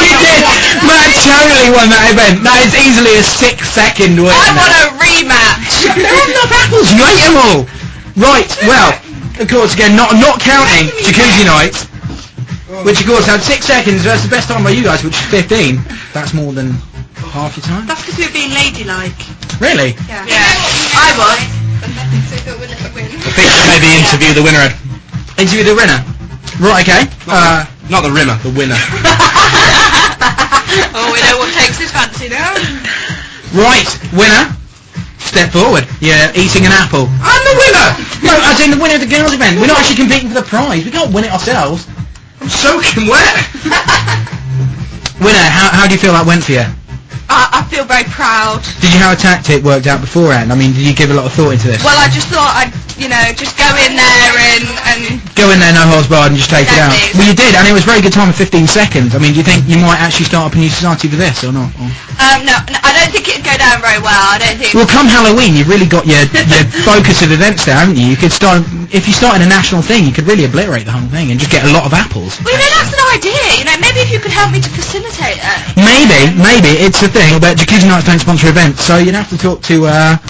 [SPEAKER 1] You did! Matt totally won that event. That is easily a six-second win.
[SPEAKER 3] I want a rematch!
[SPEAKER 1] There are enough apples, you ate them all. Right, well, of course, again, not not counting Jacuzzi Nights, which of course had six seconds versus the best time by you guys, which is 15. That's more than half your time.
[SPEAKER 3] That's because we were being ladylike.
[SPEAKER 1] Really?
[SPEAKER 3] Yeah. I was.
[SPEAKER 5] laughing, so I thought we'd let her win.
[SPEAKER 1] I think maybe interview the winner. Ed.
[SPEAKER 2] Interview the winner. Right, okay. Uh,
[SPEAKER 1] Not the rimmer, the winner.
[SPEAKER 3] Oh, we know what takes his fancy now.
[SPEAKER 2] right, winner. Step forward. You're eating an apple. I'm the winner! No, as in the winner of the girls event. We're not actually competing for the prize. We can't win it ourselves. I'm soaking wet. winner, how, how do you feel that went for you?
[SPEAKER 3] I, I feel very proud.
[SPEAKER 2] Did you have a tactic worked out beforehand? I mean, did you give a lot of thought into this?
[SPEAKER 3] Well, I just thought I'd, you know, just go in there and, and
[SPEAKER 2] Go in there, no holds barred, and just take it out.
[SPEAKER 3] Exactly.
[SPEAKER 2] Well, you did, and it was a very good time of 15 seconds. I mean, do you think you might actually start up a new society for this, or not? Or-
[SPEAKER 3] um, no, no, I don't think it'd go down very well. I don't think.
[SPEAKER 2] Well, come Halloween, you've really got your, your focus of events there, haven't you? You could start, if you started a national thing, you could really obliterate the whole thing and just get a lot of apples.
[SPEAKER 3] Well, you know, that's an idea. You know, maybe if you could help me to facilitate that.
[SPEAKER 2] Maybe, maybe, it's a thing, but Jacuzzi Nights don't sponsor events, so you'd have to talk to uh,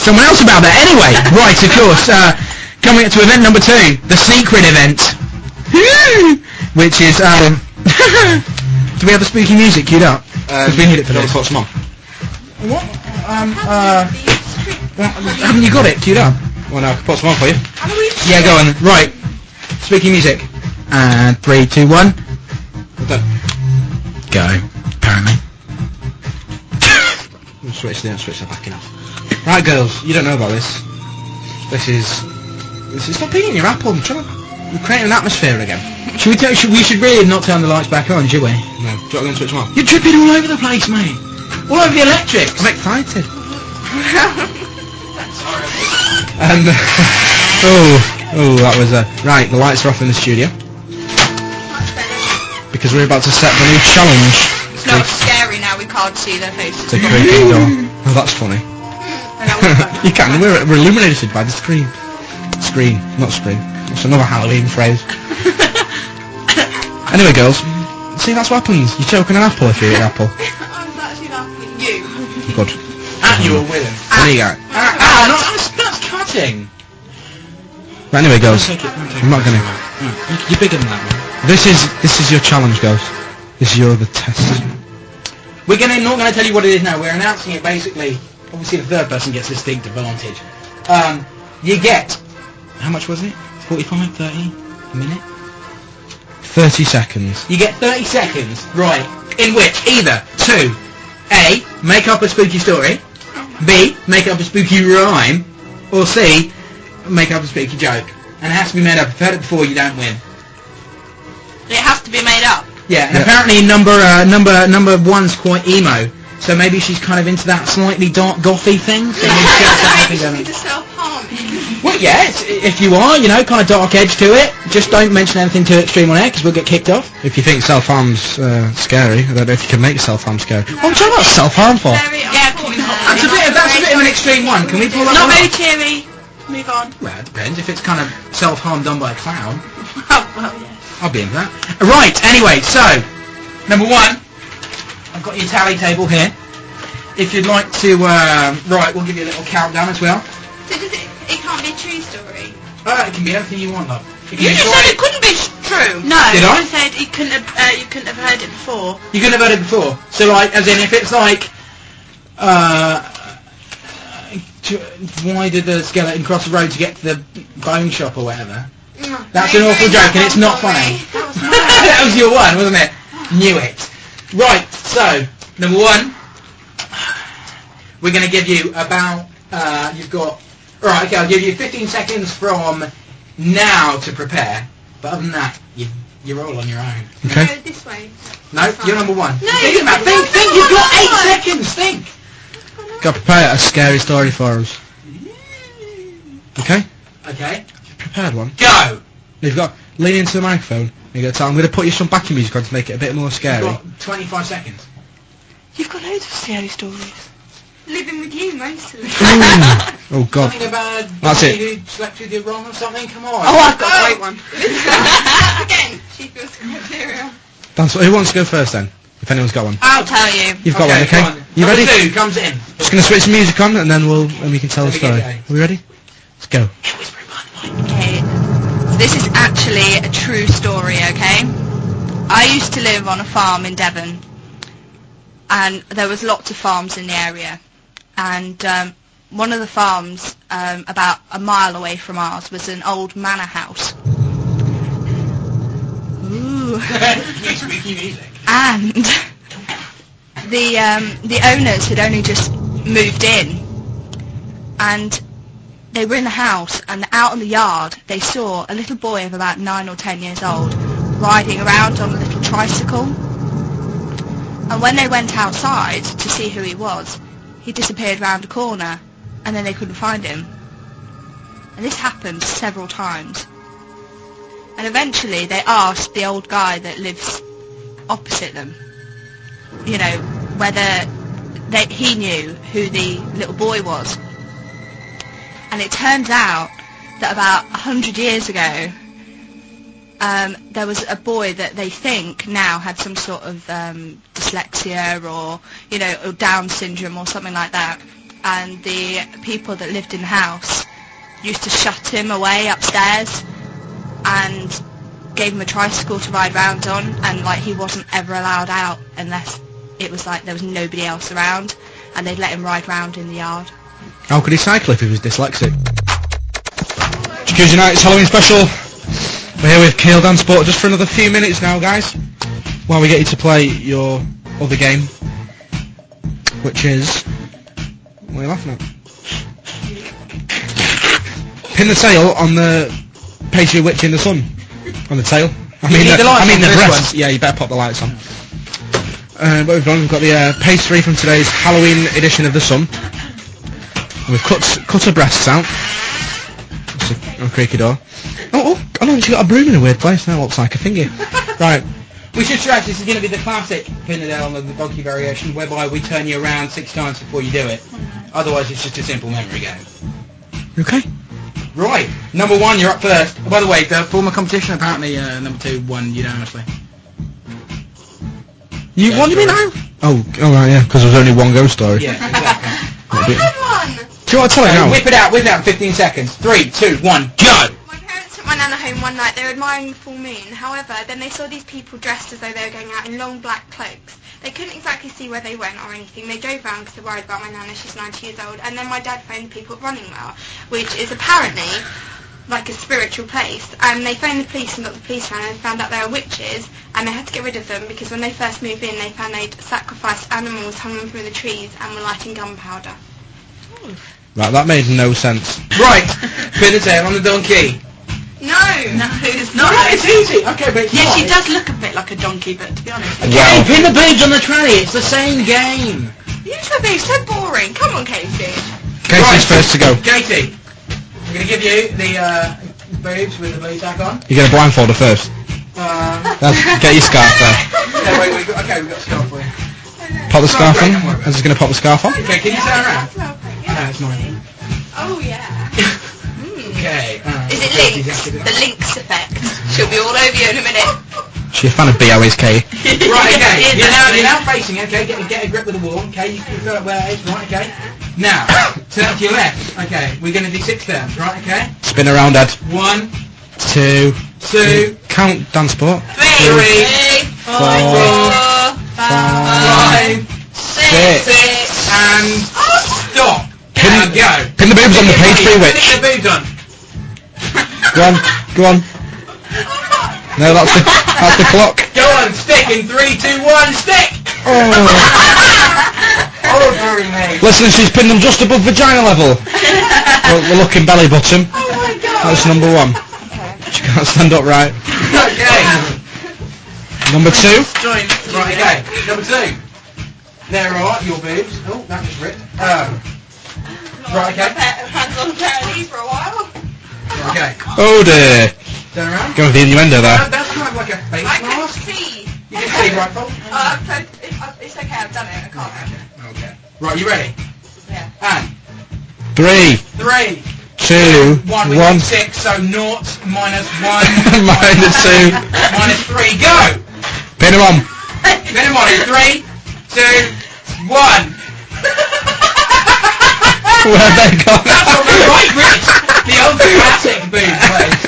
[SPEAKER 2] someone else about that. Anyway, right, of course, uh, coming up to event number two, the secret event, which is, um, do we have the spooky music queued up?
[SPEAKER 1] Uh,
[SPEAKER 2] 'Cause we need it for this.
[SPEAKER 1] Put some on.
[SPEAKER 2] What? Um, uh, haven't you got it queued up?
[SPEAKER 1] Well, no, I can put some on for you.
[SPEAKER 2] Yeah, go on. Right. Speaking music. And three, two, one.
[SPEAKER 1] I don't-
[SPEAKER 2] Go. Apparently.
[SPEAKER 1] I'll switch there, switch that back in. Right, girls, you don't know about this. This is... This is not eating your apple. I'm trying to... You're creating an atmosphere again.
[SPEAKER 2] Should we? T- should, we should really not turn the lights back on, should we?
[SPEAKER 1] No, do you want to go and switch them on?
[SPEAKER 2] You're dripping all over the place, mate. All over the electrics.
[SPEAKER 1] I'm excited. And oh, oh, that was a right. The lights are off in the studio because we're about to set the new challenge
[SPEAKER 3] It's not scary now. We can't see their faces.
[SPEAKER 1] to create indoor. Oh, that's funny. you can. We're, we're illuminated by the screen. Screen, not screen. That's another Halloween phrase. anyway, girls, see that's what happens. You choke on an apple if you eat an apple.
[SPEAKER 5] I was actually laughing at
[SPEAKER 3] You.
[SPEAKER 1] Good.
[SPEAKER 2] Ah, you were winning.
[SPEAKER 1] There you go.
[SPEAKER 2] Ah, ah, no, that's, that's cutting.
[SPEAKER 1] But anyway, girls,
[SPEAKER 2] Take it, don't take it.
[SPEAKER 1] I'm not gonna.
[SPEAKER 2] You- You're bigger than that one.
[SPEAKER 1] This is this is your challenge, girls. This is your other test.
[SPEAKER 2] We're gonna not gonna tell you what it is now. We're announcing it basically. Obviously, the third person gets distinct advantage. Um, you get how much was it? 45, 30 a minute.
[SPEAKER 1] 30 seconds.
[SPEAKER 2] You get 30 seconds, right, in which either two, A, make up a spooky story, B, make up a spooky rhyme, or C, make up a spooky joke. And it has to be made up. If you've heard it before, you don't win.
[SPEAKER 3] It has to be made up.
[SPEAKER 2] Yeah, and
[SPEAKER 1] Yeah.
[SPEAKER 2] apparently number uh, number number one's quite emo, so maybe she's kind of into that slightly dark gothy thing. So maybe she has that
[SPEAKER 5] you.
[SPEAKER 2] thing going
[SPEAKER 5] Just
[SPEAKER 2] on.
[SPEAKER 5] to self-harm.
[SPEAKER 2] Well, yeah, it's, if you are, you know, kind of dark edge to it, just don't mention anything to Extreme on air because we'll get kicked off.
[SPEAKER 1] If you think self-harm's uh, scary, I don't know if you can make self-harm scary. What am I talking about self-harm for?
[SPEAKER 5] Very
[SPEAKER 3] Yeah, can we not-
[SPEAKER 2] That's
[SPEAKER 5] unfortunate.
[SPEAKER 2] a bit. Of, that's a bit of an extreme one. Can we pull that one
[SPEAKER 3] Not very
[SPEAKER 2] off?
[SPEAKER 3] cheery. Move on.
[SPEAKER 2] Well, it depends. If it's kind of self-harm done by a clown,
[SPEAKER 3] Oh, well, yeah.
[SPEAKER 2] I'll be into that. Right, anyway, so, number one, I've got your tally table here. If you'd like to, um, right, we'll give you a little countdown as well.
[SPEAKER 5] So does it, it can't be a true story.
[SPEAKER 2] Uh, it can be anything you want, love. It can
[SPEAKER 3] You
[SPEAKER 2] be
[SPEAKER 3] just
[SPEAKER 2] drawing-
[SPEAKER 3] said it couldn't be s- true. No,
[SPEAKER 2] Did
[SPEAKER 3] you
[SPEAKER 2] I?
[SPEAKER 3] just said you couldn't have, uh, you couldn't have heard it before.
[SPEAKER 2] You couldn't have heard it before. So, like, as in, if it's like, uh, t- why did the skeleton cross the road to get to the bone shop or whatever? That's an awful joke, and it's not funny.
[SPEAKER 5] That was mine.
[SPEAKER 2] that was your one, wasn't it? Knew it. Right, so, number one, we're going to give you about, uh, you've got, alright, okay, I'll give you 15 seconds from now to prepare, but other than that, you, you're all on your own.
[SPEAKER 1] Okay.
[SPEAKER 5] Go this way.
[SPEAKER 2] No, you're number one.
[SPEAKER 5] No,
[SPEAKER 2] think
[SPEAKER 5] you're
[SPEAKER 2] about
[SPEAKER 5] number
[SPEAKER 2] think,
[SPEAKER 5] one.
[SPEAKER 2] think, you've got eight
[SPEAKER 5] Number one.
[SPEAKER 2] seconds, think.
[SPEAKER 1] Got to prepare a scary story for us. Okay?
[SPEAKER 2] Okay,
[SPEAKER 1] Prepared one.
[SPEAKER 2] go.
[SPEAKER 1] You've got lean into the microphone. You got to tell. I'm going to put you some backing music on to make it a bit more
[SPEAKER 2] You've
[SPEAKER 1] scary.
[SPEAKER 2] got 25 seconds.
[SPEAKER 3] You've got loads of scary stories.
[SPEAKER 5] Living with you mostly.
[SPEAKER 1] Oh God.
[SPEAKER 2] Something about
[SPEAKER 1] That's
[SPEAKER 2] somebody
[SPEAKER 1] it.
[SPEAKER 2] who slept with you wrong or something. Come on.
[SPEAKER 3] Oh, I've got
[SPEAKER 5] Oh.
[SPEAKER 3] a great one.
[SPEAKER 5] Again, she feels criteria.
[SPEAKER 1] That's, who wants to go first then? If anyone's got one.
[SPEAKER 3] I'll tell you.
[SPEAKER 1] You've
[SPEAKER 2] come
[SPEAKER 1] got one, okay?
[SPEAKER 2] on.
[SPEAKER 1] You
[SPEAKER 2] Number
[SPEAKER 1] ready?
[SPEAKER 2] Two comes in.
[SPEAKER 1] Just going to switch the music on and then we'll and we can tell the
[SPEAKER 2] Let me get
[SPEAKER 1] story.
[SPEAKER 2] going.
[SPEAKER 1] Are we ready? Let's go.
[SPEAKER 3] Okay. This is actually a true story, okay? I used to live on a farm in Devon and there was lots of farms in the area. And um, one of the farms um, about a mile away from ours was an old manor house. Ooh.
[SPEAKER 2] Cue squeaky music.
[SPEAKER 3] and the um, the owners had only just moved in, and they were in the house and out on the yard they saw a little boy of about nine or ten years old riding around on a little tricycle. And when they went outside to see who he was, he disappeared round a corner, and then they couldn't find him. And this happened several times. And eventually they asked the old guy that lives opposite them. You know, whether they, he knew who the little boy was. And it turns out that about 100 years ago, um, there was a boy that they think now had some sort of um, dyslexia or, you know, or Down syndrome or something like that. And the people that lived in the house used to shut him away upstairs and gave him a tricycle to ride round on and like he wasn't ever allowed out unless it was like there was nobody else around and they'd let him ride round in the yard.
[SPEAKER 1] How could he cycle if he was dyslexic? Excuse United's Halloween special. We're here with Keel Dan Sport just for another few minutes now, guys. While we get you to play your other game, which is... What are you laughing at? Pin the tail on the page of your witch in the sun. On the tail. I mean,
[SPEAKER 2] need
[SPEAKER 1] the,
[SPEAKER 2] the lights
[SPEAKER 1] I mean
[SPEAKER 2] on
[SPEAKER 1] the
[SPEAKER 2] for this
[SPEAKER 1] breast. Yeah, you better pop the lights on. Uh, what we've done, we've got the uh, page three from today's Halloween edition of the Sun. And We've cut cut her breasts out. It's a, a creaky door. Oh, oh, oh no, she's got a broom in a weird place. Now it looks like a thingy. right.
[SPEAKER 2] We should stress this is going to be the classic pin it down on the donkey variation, whereby we turn you around six times before you do it. Otherwise, it's just a simple memory game.
[SPEAKER 1] Okay.
[SPEAKER 2] Right, number one, you're up first. Oh, By the way, the former competition apparently uh, number two won unanimously.
[SPEAKER 1] You
[SPEAKER 2] Yeah,
[SPEAKER 1] what do you mean
[SPEAKER 2] sorry.
[SPEAKER 1] now? Oh, all right, yeah, because there's only one ghost story.
[SPEAKER 2] Yeah, exactly.
[SPEAKER 5] I had one!
[SPEAKER 1] Do you want to tell it
[SPEAKER 2] so
[SPEAKER 1] now?
[SPEAKER 2] whip it out, whip it out in 15 seconds. Three, two, one, go!
[SPEAKER 5] My parents took my nana home one night. They were admiring the full moon. However, then they saw these people dressed as though they were going out in long black cloaks. They couldn't exactly see where they went or anything. They drove round because they're worried about my nana. She's 90 years old. And then my dad phoned the people at Runningwell, which is apparently like a spiritual place. And they phoned the police and got the police around and found out they were witches. And they had to get rid of them because when they first moved in, they found they'd sacrificed animals hung them from the trees and were lighting gunpowder.
[SPEAKER 1] Right, that made no sense.
[SPEAKER 2] Right, pin the tail on the donkey.
[SPEAKER 5] No!
[SPEAKER 4] No, it's not.
[SPEAKER 2] Right, it's easy. Okay, but it's
[SPEAKER 4] yeah,
[SPEAKER 2] not.
[SPEAKER 4] she does look a bit like a donkey, but to be honest,
[SPEAKER 2] Okay,
[SPEAKER 1] Wow.
[SPEAKER 2] pin the boobs on the trolley. It's the same game.
[SPEAKER 5] You two are being so boring. Come on, Casey.
[SPEAKER 2] Right.
[SPEAKER 1] Casey's first to go.
[SPEAKER 2] Katie, I'm going to give you the uh, boobs with the blue tack on.
[SPEAKER 1] You're gonna blindfold her first.
[SPEAKER 2] Uh,
[SPEAKER 1] That's, get your scarf there.
[SPEAKER 2] no, wait, we got, okay, we've got a scarf for you.
[SPEAKER 1] Pop the scarf on.
[SPEAKER 2] Don't worry about it.
[SPEAKER 1] I'm just gonna pop the scarf on.
[SPEAKER 2] Okay, can you turn around?
[SPEAKER 5] Yeah,
[SPEAKER 2] it's mine.
[SPEAKER 5] Oh yeah.
[SPEAKER 2] Okay. Uh,
[SPEAKER 4] is it
[SPEAKER 2] Katie's
[SPEAKER 4] Lynx?
[SPEAKER 2] after
[SPEAKER 4] The
[SPEAKER 2] that.
[SPEAKER 4] Lynx effect. She'll be all over you in a minute.
[SPEAKER 1] She a fan of BOS, Katie.
[SPEAKER 2] Right, okay. You're
[SPEAKER 4] Yeah,
[SPEAKER 2] now, you're now facing, okay? Get, get a grip with the wall, okay? You can feel it where it is, right, okay? Now, turn to your left, okay? We're going to do six turns, right, okay?
[SPEAKER 1] Spin around, Ed.
[SPEAKER 2] One,
[SPEAKER 1] Two.
[SPEAKER 2] two,
[SPEAKER 1] Count dance sport.
[SPEAKER 2] three,
[SPEAKER 1] Four.
[SPEAKER 4] Four,
[SPEAKER 2] five,
[SPEAKER 1] Five.
[SPEAKER 4] six,
[SPEAKER 1] Six.
[SPEAKER 4] six.
[SPEAKER 2] and stop. Now
[SPEAKER 1] Pin,
[SPEAKER 2] go.
[SPEAKER 1] pin the boobs on the page three witch.
[SPEAKER 2] Get the boobs on.
[SPEAKER 1] Go on, go on. No, that's the that's the clock.
[SPEAKER 2] Go on, stick in three, two, one, stick!
[SPEAKER 1] Oh.
[SPEAKER 2] Ordinary me.
[SPEAKER 1] Listen, she's pinned them just above vagina level. We're, we're looking belly button.
[SPEAKER 2] Oh
[SPEAKER 1] That's number one. She can't stand up right.
[SPEAKER 2] Okay.
[SPEAKER 1] Number two.
[SPEAKER 4] Join.
[SPEAKER 2] Right, okay. Number two. There are your boobs. Oh, that just ripped. Um, right, okay.
[SPEAKER 5] Hands on a pair of these for a while.
[SPEAKER 2] Okay.
[SPEAKER 1] Oh dear.
[SPEAKER 2] Turn around.
[SPEAKER 1] Going with the innuendo
[SPEAKER 2] That,
[SPEAKER 1] there.
[SPEAKER 2] that's kind of like a face
[SPEAKER 5] I can
[SPEAKER 2] mask.
[SPEAKER 5] see.
[SPEAKER 2] You can see, right, Paul?
[SPEAKER 5] Oh, I've tried, it, uh, it's okay. I've done it. I can't.
[SPEAKER 2] Okay. Right, you ready?
[SPEAKER 5] Yeah.
[SPEAKER 2] And
[SPEAKER 1] Three,
[SPEAKER 2] three,
[SPEAKER 1] two,
[SPEAKER 2] one, we
[SPEAKER 1] one.
[SPEAKER 2] got six, so naught, minus one,
[SPEAKER 1] Minus two.
[SPEAKER 2] minus three, go!
[SPEAKER 1] Pin her on.
[SPEAKER 2] Minimum on in three, two, one.
[SPEAKER 1] Where they gone?
[SPEAKER 2] That's on the right wrist. The old classic boot place.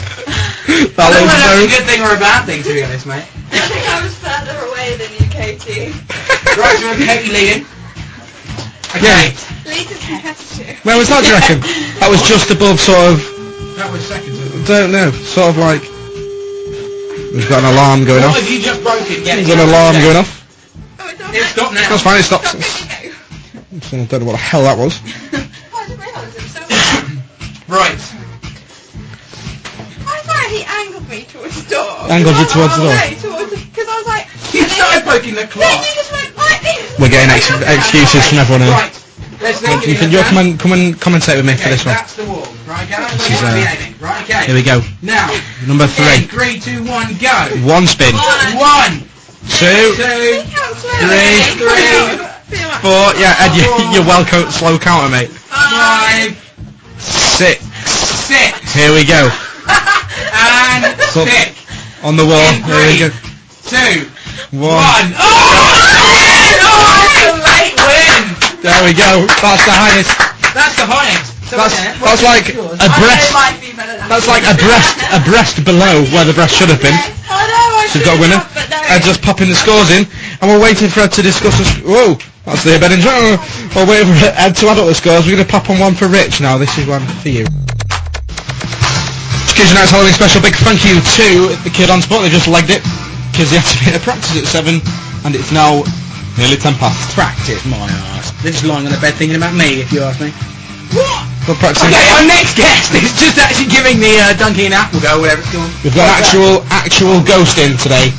[SPEAKER 2] I don't know if that's a
[SPEAKER 1] That
[SPEAKER 2] good thing or a bad thing, to be honest, mate.
[SPEAKER 5] I think I was further away than you, Katie.
[SPEAKER 1] leaves both.
[SPEAKER 2] Right, so we're Katie leading. Okay.
[SPEAKER 5] Lisa's attitude.
[SPEAKER 1] Where was that, do you reckon? That was just above sort of,
[SPEAKER 2] That was seconds.
[SPEAKER 1] I don't know, sort of like... We've got an alarm going
[SPEAKER 2] What
[SPEAKER 1] off.
[SPEAKER 2] have you just broken? Yeah,
[SPEAKER 1] There's an alarm going off.
[SPEAKER 5] Oh, it's
[SPEAKER 2] It's stopped now.
[SPEAKER 1] That's fine, it stops. I don't know what the hell that was.
[SPEAKER 5] part of realism. So I
[SPEAKER 2] Right.
[SPEAKER 5] was like, he angled me towards the door.
[SPEAKER 1] Angled you
[SPEAKER 5] I was
[SPEAKER 1] towards the door.
[SPEAKER 5] like, No, towards because I was like,
[SPEAKER 2] You started poking the
[SPEAKER 5] then
[SPEAKER 2] clock.
[SPEAKER 5] you just went like this.
[SPEAKER 1] We're getting ex- excuses from everyone here.
[SPEAKER 2] Right. Let's think
[SPEAKER 1] You can, you'll come and, come and commentate with me for
[SPEAKER 2] Okay,
[SPEAKER 1] this one.
[SPEAKER 2] That's the wall. Right, guys?
[SPEAKER 1] This is,
[SPEAKER 2] Where we
[SPEAKER 1] uh,
[SPEAKER 2] aiming? Right, okay.
[SPEAKER 1] Here we go.
[SPEAKER 2] Now,
[SPEAKER 1] Number
[SPEAKER 2] in
[SPEAKER 1] three.
[SPEAKER 2] three, two, one, go.
[SPEAKER 1] One spin.
[SPEAKER 2] One,
[SPEAKER 1] Two.
[SPEAKER 2] two,
[SPEAKER 5] Count
[SPEAKER 1] Three,
[SPEAKER 2] three,
[SPEAKER 1] Four. Yeah, Ed, you, you're well co- slow counter, mate.
[SPEAKER 2] five,
[SPEAKER 1] Six.
[SPEAKER 2] six,
[SPEAKER 1] Here we go.
[SPEAKER 2] and
[SPEAKER 1] Cool.
[SPEAKER 2] six,
[SPEAKER 1] On the wall.
[SPEAKER 2] In
[SPEAKER 1] Here we
[SPEAKER 2] three.
[SPEAKER 1] go.
[SPEAKER 2] two,
[SPEAKER 1] One.
[SPEAKER 2] one. Oh, shit! Oh, that's a late win.
[SPEAKER 1] There we go. That's the highest.
[SPEAKER 2] That's the highest. So
[SPEAKER 1] That's,
[SPEAKER 2] yeah, what-
[SPEAKER 1] that's like a breast. That's like a breast, a breast below where the breast should have been. So we've got a winner. Ed's just popping the scores in, and we're waiting for Ed to discuss the. Sc- Whoa, that's the Abed We're waiting for Ed to add up the scores. We're going to pop on one for Rich now. This is one for you. Kids United's Halloween special. Big thank you to the kid on spot. They just legged it because they had to be at practice at seven, and it's now nearly ten past.
[SPEAKER 2] practice my ass. They're just lying on the bed thinking about me, if you ask me.
[SPEAKER 1] Good practicing.
[SPEAKER 2] Okay, our next guest is just actually giving the uh, donkey an apple go, whatever it's called.
[SPEAKER 1] We've got an actual actual ghost in today.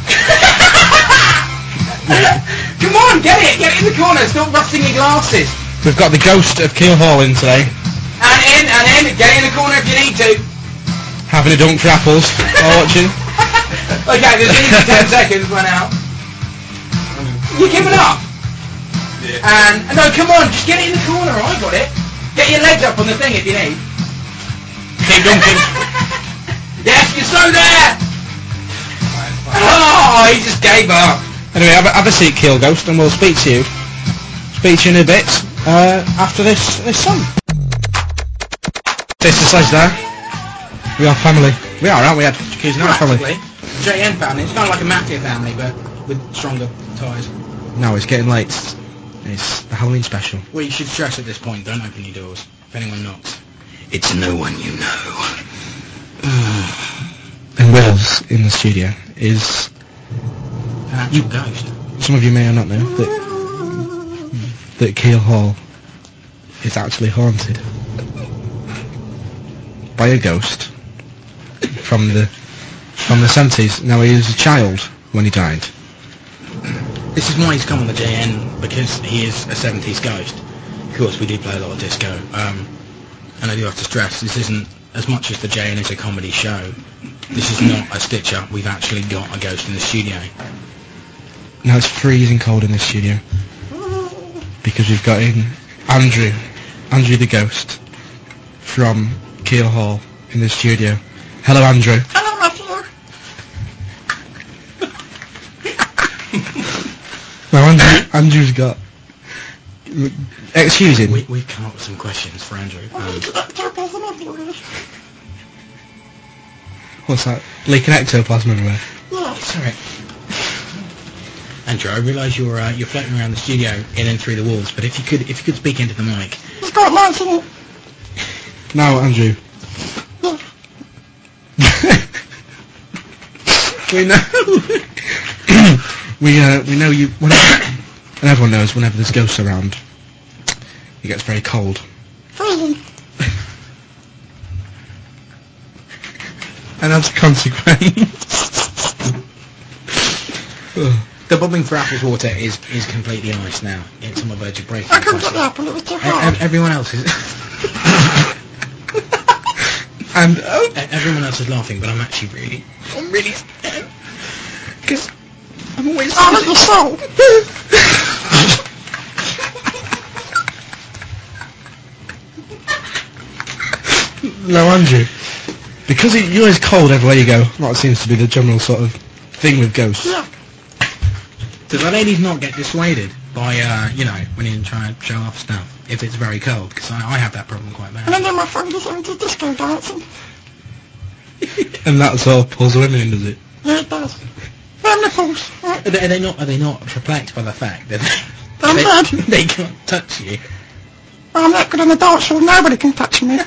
[SPEAKER 2] Come on, get it, get it in the corner. Stop rusting your glasses.
[SPEAKER 1] We've got the ghost of Keel Hall in today,
[SPEAKER 2] And in, and in. Get it in the corner if you need to.
[SPEAKER 1] having a dunk for apples while watching.
[SPEAKER 2] Okay, there's easy 10 seconds run out. You're giving up. And no, come on, just get it in the corner. I got it. Get your legs up on the thing if you need.
[SPEAKER 1] Keep dunking.
[SPEAKER 2] Yes, you're so there. Oh, he just gave up.
[SPEAKER 1] Anyway, have a, have a seat, Keel Ghost, and we'll speak to you. Speak to you in a bit uh, after this this song. This is Leslie. We are family. We are, aren't we, Ed? Kids not family.
[SPEAKER 2] JN family. It's kind of like a mafia family, but with stronger ties.
[SPEAKER 1] No, it's getting late. It's the Halloween special.
[SPEAKER 2] Well, you should stress at this point. Don't open your doors if anyone knocks. It's no one you know.
[SPEAKER 1] And with us in the studio is
[SPEAKER 2] you ghost.
[SPEAKER 1] some of you may or not know that that Keel Hall is actually haunted by a ghost from the from the seventies. Now he was a child when he died.
[SPEAKER 2] This is why he's come on the JN because he is a 70s ghost. Of course, we do play a lot of disco, um, and I do have to stress this isn't as much as the JN is a comedy show. This is not a stitch up. We've actually got a ghost in the studio.
[SPEAKER 1] Now it's freezing cold in this studio because we've got in Andrew, Andrew the ghost from Keel Hall in the studio. Hello, Andrew.
[SPEAKER 5] Hello, Ruffler.
[SPEAKER 1] Now Andrew, Andrew's got. Excuse him.
[SPEAKER 2] We, we've come up with some questions for Andrew. Um,
[SPEAKER 1] What's that? Leaking ectoplasm everywhere.
[SPEAKER 2] sorry. Andrew, I realise you're uh, you're floating around the studio in and through the walls, but if you could if you could speak into the mic,
[SPEAKER 1] Now, Andrew. we know. we uh, we know you. Whenever, and everyone knows whenever there's ghosts around, it gets very cold. and as a consequence, Ugh.
[SPEAKER 2] the bobbing for apples water is is completely iced now. It's on the verge of breaking.
[SPEAKER 5] apple. It was too
[SPEAKER 2] E- ev- everyone else is.
[SPEAKER 1] and oh,
[SPEAKER 2] E- Everyone else is laughing, but I'm actually really.
[SPEAKER 5] I'm really scared.
[SPEAKER 1] because I'm always
[SPEAKER 5] Out of the soul.
[SPEAKER 1] No, Andrew. Because it, you're always cold everywhere you go. That seems to be the general sort of thing with ghosts.
[SPEAKER 2] Does the ladies not get dissuaded by, uh, you know, when you try and show off stuff if it's very cold? Because I, I have that problem quite bad.
[SPEAKER 5] then my friend is into disco dancing.
[SPEAKER 1] And that sort of pulls women in, does it?
[SPEAKER 5] Yeah, it
[SPEAKER 6] er-
[SPEAKER 5] does. Family folks.
[SPEAKER 2] Are they, are they not? Are they not perplexed by the fact that
[SPEAKER 5] I'm
[SPEAKER 2] they, they, they can't touch you?
[SPEAKER 6] I'm not good on the dance floor, nobody can touch me.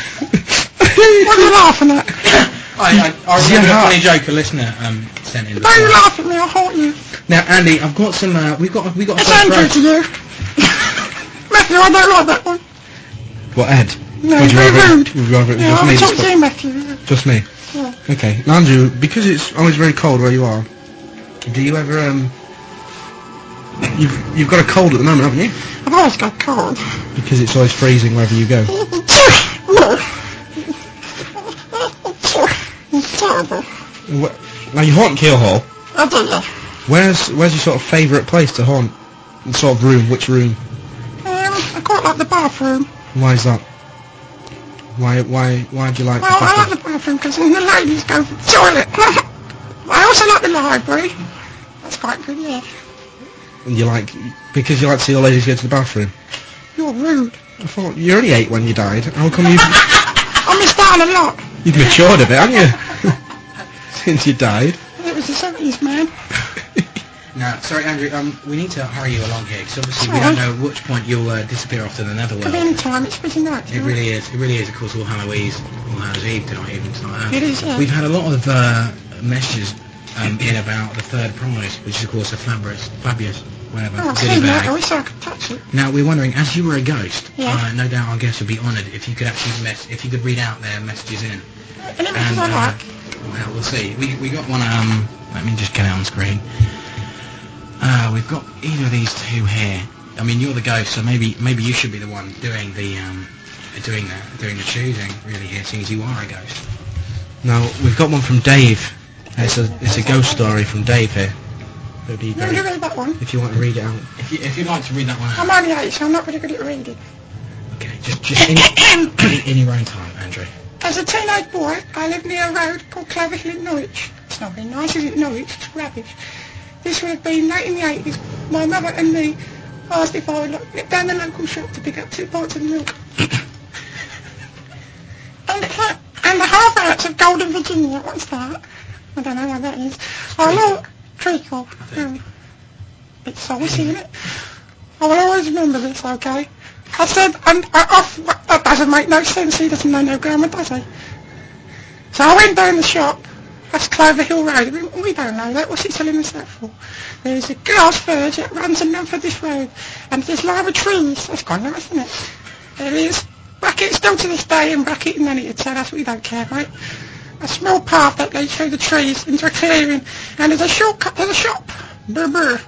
[SPEAKER 6] what are you laughing at?
[SPEAKER 1] I, I, I
[SPEAKER 6] Is he
[SPEAKER 1] remember a
[SPEAKER 6] hot?
[SPEAKER 1] funny joke a listener um, sent in.
[SPEAKER 6] Don't you
[SPEAKER 1] before.
[SPEAKER 6] laugh at me, I'll haunt you.
[SPEAKER 1] Now, Andy, I've got some. Uh, we've got. We've got. a
[SPEAKER 6] It's
[SPEAKER 1] first
[SPEAKER 6] Andrew
[SPEAKER 1] prize.
[SPEAKER 6] to you. Matthew, I don't like that one.
[SPEAKER 1] What, Ed?
[SPEAKER 6] No,
[SPEAKER 1] Would
[SPEAKER 6] he's
[SPEAKER 1] you
[SPEAKER 6] very
[SPEAKER 1] rather-
[SPEAKER 6] rude.
[SPEAKER 1] would you rather it was
[SPEAKER 6] Yeah,
[SPEAKER 1] just me
[SPEAKER 6] I'll
[SPEAKER 1] that's
[SPEAKER 6] talk to
[SPEAKER 1] got-
[SPEAKER 6] you, Matthew.
[SPEAKER 1] Just me.
[SPEAKER 6] Yeah.
[SPEAKER 1] Okay, now, Andrew, because it's always very cold where you are, do you ever um? You've you've got a cold at the moment, haven't you?
[SPEAKER 6] I've always got cold.
[SPEAKER 1] Because it's always freezing wherever you go.
[SPEAKER 6] er- It's terrible.
[SPEAKER 1] Wh- Now you haunt Keel Hall.
[SPEAKER 6] I do, yeah.
[SPEAKER 1] Where's where's your sort of favourite place to haunt? What sort of room? Which room?
[SPEAKER 6] Um, I quite like the bathroom.
[SPEAKER 1] Why is that? Why why why do you like?
[SPEAKER 6] Well,
[SPEAKER 1] the
[SPEAKER 6] I like
[SPEAKER 1] bathroom?
[SPEAKER 6] the bathroom because then the ladies go to the toilet. I also like the library. That's quite good, yeah.
[SPEAKER 1] And you like because you like to see the ladies go to the bathroom.
[SPEAKER 6] You're rude.
[SPEAKER 1] I thought you only eight when you died. How come you
[SPEAKER 6] I missed out a lot.
[SPEAKER 1] you've matured a bit, haven't you? Since you died.
[SPEAKER 6] It was the 70s, man.
[SPEAKER 1] Now, sorry, Andrew. Um, we need to hurry you along here because obviously
[SPEAKER 6] Sorry.
[SPEAKER 1] know which point you'll uh, disappear off to the
[SPEAKER 6] Could be
[SPEAKER 1] netherworld.
[SPEAKER 6] any time. It's pretty nice.
[SPEAKER 1] It really is. It really is. Of course, All Hallows Eve, All Hallows Eve tonight, even tonight.
[SPEAKER 6] It is, yeah.
[SPEAKER 1] We've had a lot of uh, messages um, in about the third prize, which is of course a fabulous, fabulous, whatever
[SPEAKER 6] Oh, I've
[SPEAKER 1] goodie
[SPEAKER 6] seen that. I
[SPEAKER 1] bag.
[SPEAKER 6] wish I could touch it.
[SPEAKER 1] Now we're wondering, as you were a ghost,
[SPEAKER 6] Yeah.
[SPEAKER 1] uh, no doubt our guests would be honoured if you could actually mess, if you could read out their messages in.
[SPEAKER 6] And it
[SPEAKER 1] And,
[SPEAKER 6] was I
[SPEAKER 1] uh,
[SPEAKER 6] like.
[SPEAKER 1] Well, we'll see. We, we got one, um, let me just get it on screen. Uh, we've got either of these two here. I mean, you're the ghost, so maybe maybe you should be the one doing the, um, doing the, doing the choosing, really, here, seeing as you are a ghost. Now, we've got one from Dave. It's a, it's a ghost story from Dave here. It'd be
[SPEAKER 6] You want to
[SPEAKER 1] great
[SPEAKER 6] read that one?
[SPEAKER 1] if you want to read it out. If, you, if you'd like to read that one
[SPEAKER 2] Um,
[SPEAKER 6] I'm only eight, so I'm not really good at reading.
[SPEAKER 1] Okay, just, just in, in your own time, Andrew.
[SPEAKER 6] As a teenage boy, I lived near a road called Clover Hill in Norwich. It's not very nice, is it, Norwich? It's rubbish. This would have been late in the 80s. My mother and me asked if I would like, nip down the local shop to pick up two pints of milk. and, the, ha- and the half ounce of Golden Virginia. What's that? I don't know what that is. I love treacle. Mm. Bit saucy, isn't it? I will always remember this, okay? I said, and I off, that doesn't make no sense. He doesn't know no grammar, does he? So I went down the shop. That's Clover Hill Road. We, we don't know that. What's he telling us that for? There's a grass verge that runs along for this road. And there's lava trees. That's quite nice, isn't it? There is. Bracket still to this day in bracket and then it'd say that's what we don't care, right? A small path that leads through the trees into a clearing. And there's a shortcut to the shop. Brr brr.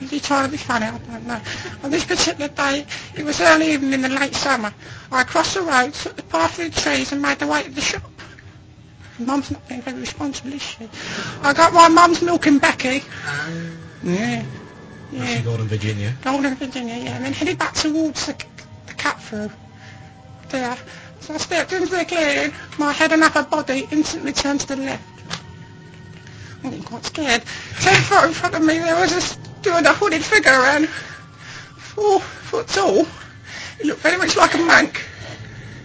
[SPEAKER 6] Is he trying to be funny? I don't know. On this particular day, it was early evening in the late summer. I crossed the road, took the path through the trees and made the way to the shop. Mum's not being very responsible, is she? I got my mum's milk and Becky.
[SPEAKER 2] Um,
[SPEAKER 6] Yeah. Yeah.
[SPEAKER 1] Golden Virginia.
[SPEAKER 6] Golden Virginia, yeah. And then headed back towards the, the cat through. There. So I stepped into the clearing. My head and upper body instantly turned to the left. I'm getting quite scared. Ten foot in front of me, there was a, stood a hooded figure around four foot tall. It looked very much like a monk.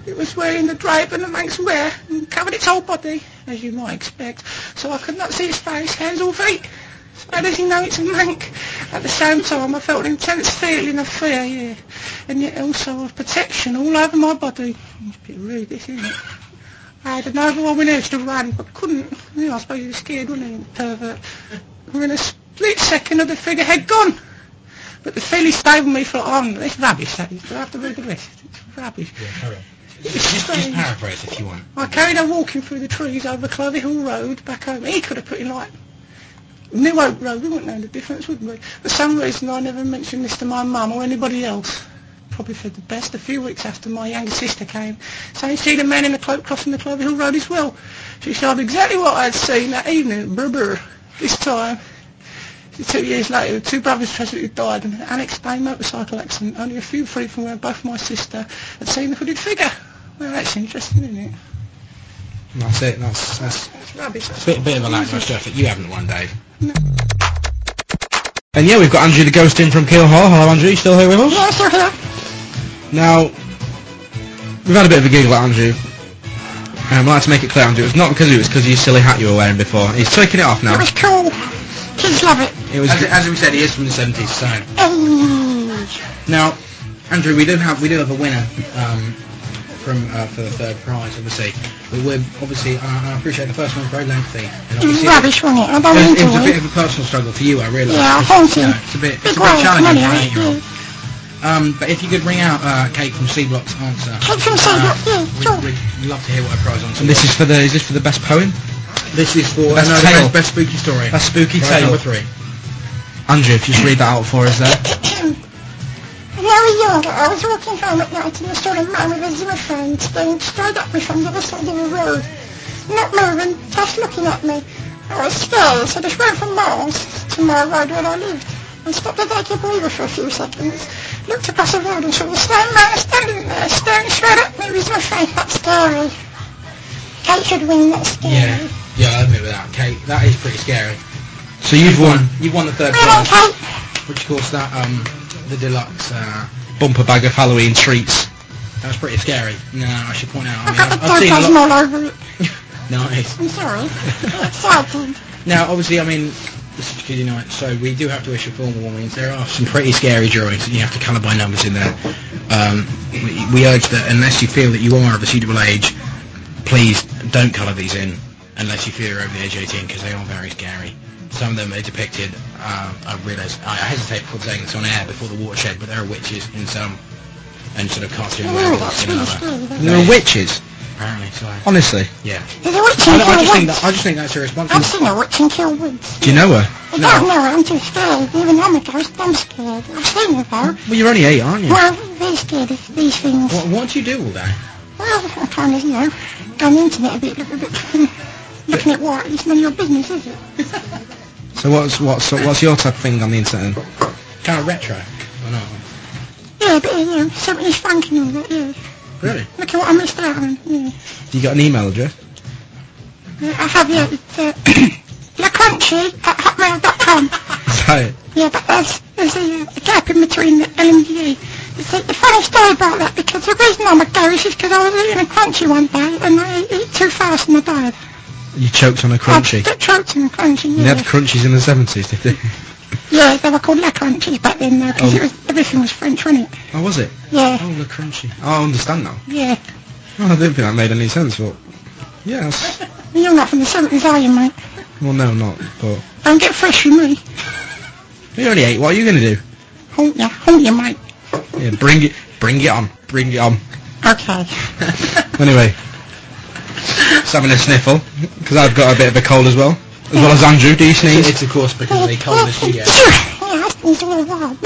[SPEAKER 6] It was wearing the drape and the monk's wear and covered its whole body, as you might expect, so I could not see its face, hands or feet. So how does he know it's a monk? At the same time, I felt an intense feeling of fear, yeah, and yet also of protection all over my body. It's a bit rude, this, isn't it? I had an overwhelming urge to run, but couldn't. You know, I suppose you were scared, weren't you, pervert? Within a split second of the figure had gone. But the feeling stayed with me for on. It's rubbish, that is. I have to read the rest. It's rubbish.
[SPEAKER 1] Yeah, carry on.
[SPEAKER 6] It's
[SPEAKER 1] Just, just
[SPEAKER 6] strange.
[SPEAKER 1] paraphrase if you want.
[SPEAKER 6] I carried on walking through the trees over Clover Hill Road back home. He could have put in like New Oak Road. We wouldn't know the difference, would we? For some reason, I never mentioned this to my mum or anybody else. Probably for the best. A few weeks after my younger sister came, saying she'd seen a man in a cloak crossing the Clover Hill Road as well. She showed exactly what I'd seen that evening. Brr, brr. This time, two years later, two brothers tragically died in an unexplained motorcycle accident, only a few feet from where both my sister had seen the hooded figure. Well, that's interesting, isn't it?
[SPEAKER 1] That's it. That's that's
[SPEAKER 6] That's rubbish.
[SPEAKER 1] a bit, bit of a language stuff that you haven't won, Dave.
[SPEAKER 6] No.
[SPEAKER 1] And yeah, we've got Andrew the Ghost in from Kill Hall. Hello, Andrew. You still here with us?
[SPEAKER 6] Yes, sir.
[SPEAKER 1] Now, we've had a bit of a giggle at Andrew. Um, I'd like to make it clear, Andrew, it was not because it was because of your silly hat you were wearing before. He's taking it off now.
[SPEAKER 2] cool.
[SPEAKER 1] Kids love it. It was.
[SPEAKER 2] As, as we said, he is from the 70s, so...
[SPEAKER 1] Oh.
[SPEAKER 2] Now, Andrew, we do have we do have a winner um, from uh, for the third prize, obviously. But we're obviously, uh, I appreciate the first one's very lengthy. And
[SPEAKER 6] Mm,
[SPEAKER 2] obviously
[SPEAKER 6] wasn't it? I
[SPEAKER 2] It was, it was a bit of a personal struggle for you, I realise.
[SPEAKER 6] Yeah,
[SPEAKER 2] It's-
[SPEAKER 6] thank you.
[SPEAKER 2] know, it's a bit, it's a bit
[SPEAKER 6] worry,
[SPEAKER 2] challenging
[SPEAKER 6] money,
[SPEAKER 2] for an
[SPEAKER 6] I
[SPEAKER 2] eight-year-old. Um, but if you could ring out uh, Kate from C Block's answer, uh,
[SPEAKER 6] Kate from C Block, yeah,
[SPEAKER 2] we'd-
[SPEAKER 6] sure.
[SPEAKER 2] we'd, love to hear what her prize answer
[SPEAKER 1] And this is for the. Is this for the best poem?
[SPEAKER 2] this is for
[SPEAKER 1] Best
[SPEAKER 2] no, the
[SPEAKER 1] tale.
[SPEAKER 2] Best, best spooky story.
[SPEAKER 1] Best spooky
[SPEAKER 2] Prize
[SPEAKER 1] tale.
[SPEAKER 2] number three.
[SPEAKER 1] Andrew, if you just read that out for us there.
[SPEAKER 6] Now young, I was walking home at night and I saw a man with a zimmer fan staring straight at me from the other side of the road. Not moving, just looking at me. I was scared, so I just ran for miles to my road where I lived and stopped at Dodger Boulder for a few seconds. Looked across the road and saw the same man standing there, staring straight at me with my fan. That's scary. Kate should win, that's scary.
[SPEAKER 2] Yeah, yeah, I admit with that, Kate. That is pretty scary.
[SPEAKER 1] So you've won
[SPEAKER 2] You've won the third
[SPEAKER 6] Well done,
[SPEAKER 2] prize,
[SPEAKER 6] Kate.
[SPEAKER 2] which of course that um the deluxe. Uh,
[SPEAKER 1] bumper bag of Halloween treats.
[SPEAKER 2] that was pretty scary. No, I should point out. I mean,
[SPEAKER 6] I've got the
[SPEAKER 2] I've, I've
[SPEAKER 6] third
[SPEAKER 2] seen a
[SPEAKER 6] cousin
[SPEAKER 2] lot.
[SPEAKER 6] all over it.
[SPEAKER 2] Nice.
[SPEAKER 6] I'm sorry. I'm excited.
[SPEAKER 2] Now, obviously, I mean, this is Tuesday night, so we do have to issue formal warnings. There are some pretty scary drawings, and you have to colour by numbers in there. Um, we, we urge that unless you feel that you are of a suitable age, please don't colour these in unless you feel you're over the age of 18, because they are very scary. Some of them are depicted, um, I realise, I I hesitate before saying this on air, before the watershed, but there are witches in some, and sort of cartoon
[SPEAKER 6] Oh,
[SPEAKER 2] werewolves in another.
[SPEAKER 1] There are witches.
[SPEAKER 2] Apparently, so,
[SPEAKER 1] Honestly.
[SPEAKER 2] yeah.
[SPEAKER 6] There's a witch
[SPEAKER 2] I,
[SPEAKER 6] in
[SPEAKER 2] I
[SPEAKER 6] Kill
[SPEAKER 2] just think
[SPEAKER 6] Woods.
[SPEAKER 2] that, I just think that's irresponsible.
[SPEAKER 6] I've seen a witch in Kill Woods.
[SPEAKER 1] Do you know her?
[SPEAKER 6] I don't know, I'm too scared. Even I'm a ghost, I'm scared. I've seen her though.
[SPEAKER 2] Hmm.
[SPEAKER 1] Well, you're only eight, aren't you?
[SPEAKER 6] Well, I'm very scared of these things.
[SPEAKER 2] What, what do you do all day?
[SPEAKER 6] Well, I kind of, you know, gone into it a bit, look a bit, looking at what, it's none of your business, is it?
[SPEAKER 1] So what's what's what's your type of thing on the internet? then?
[SPEAKER 2] Kind of retro, or not?
[SPEAKER 6] Yeah, but, you know, something is funky and all that, yeah.
[SPEAKER 2] Really?
[SPEAKER 6] Look at what I missed out on, yeah.
[SPEAKER 1] Do you got an email address?
[SPEAKER 6] I have, yeah, it's, uh, LaCountry at hotmail.com.
[SPEAKER 1] Is that it?
[SPEAKER 6] Yeah, but there's, there's a, uh, a gap in between the L and the U. It's a, a funny story about that because the reason I'm a ghost is because I was eating a crunchy one day and I ate it too fast and I died.
[SPEAKER 1] You choked on a
[SPEAKER 6] I
[SPEAKER 1] crunchy.
[SPEAKER 6] got choked on a crunchy,
[SPEAKER 1] They
[SPEAKER 6] yeah.
[SPEAKER 1] had crunchies in the seventies, did they?
[SPEAKER 6] Yeah, they were called La Crunchies back then though because
[SPEAKER 1] Oh.
[SPEAKER 6] it was, everything was French, wasn't it?
[SPEAKER 1] Oh, was it?
[SPEAKER 6] Yeah,
[SPEAKER 1] Oh, the crunchy. Oh, I understand now.
[SPEAKER 6] yeah.
[SPEAKER 1] Oh, I didn't think that made any sense, but yes.
[SPEAKER 6] You're not from the 70s, are you, mate?
[SPEAKER 1] Well, no, not. But
[SPEAKER 6] Don't get fresh with me.
[SPEAKER 1] you're only eight. What are you going to do?
[SPEAKER 6] Haunt ya, haunt ya, mate.
[SPEAKER 1] Yeah, bring it, bring it on, bring it on.
[SPEAKER 6] Okay.
[SPEAKER 1] Anyway, just having a sniffle because I've got a bit of a cold as well, as well as Andrew. Do you
[SPEAKER 2] It's,
[SPEAKER 1] sneeze?
[SPEAKER 2] it's of course because they call the studio.
[SPEAKER 6] yeah, husband's all wild.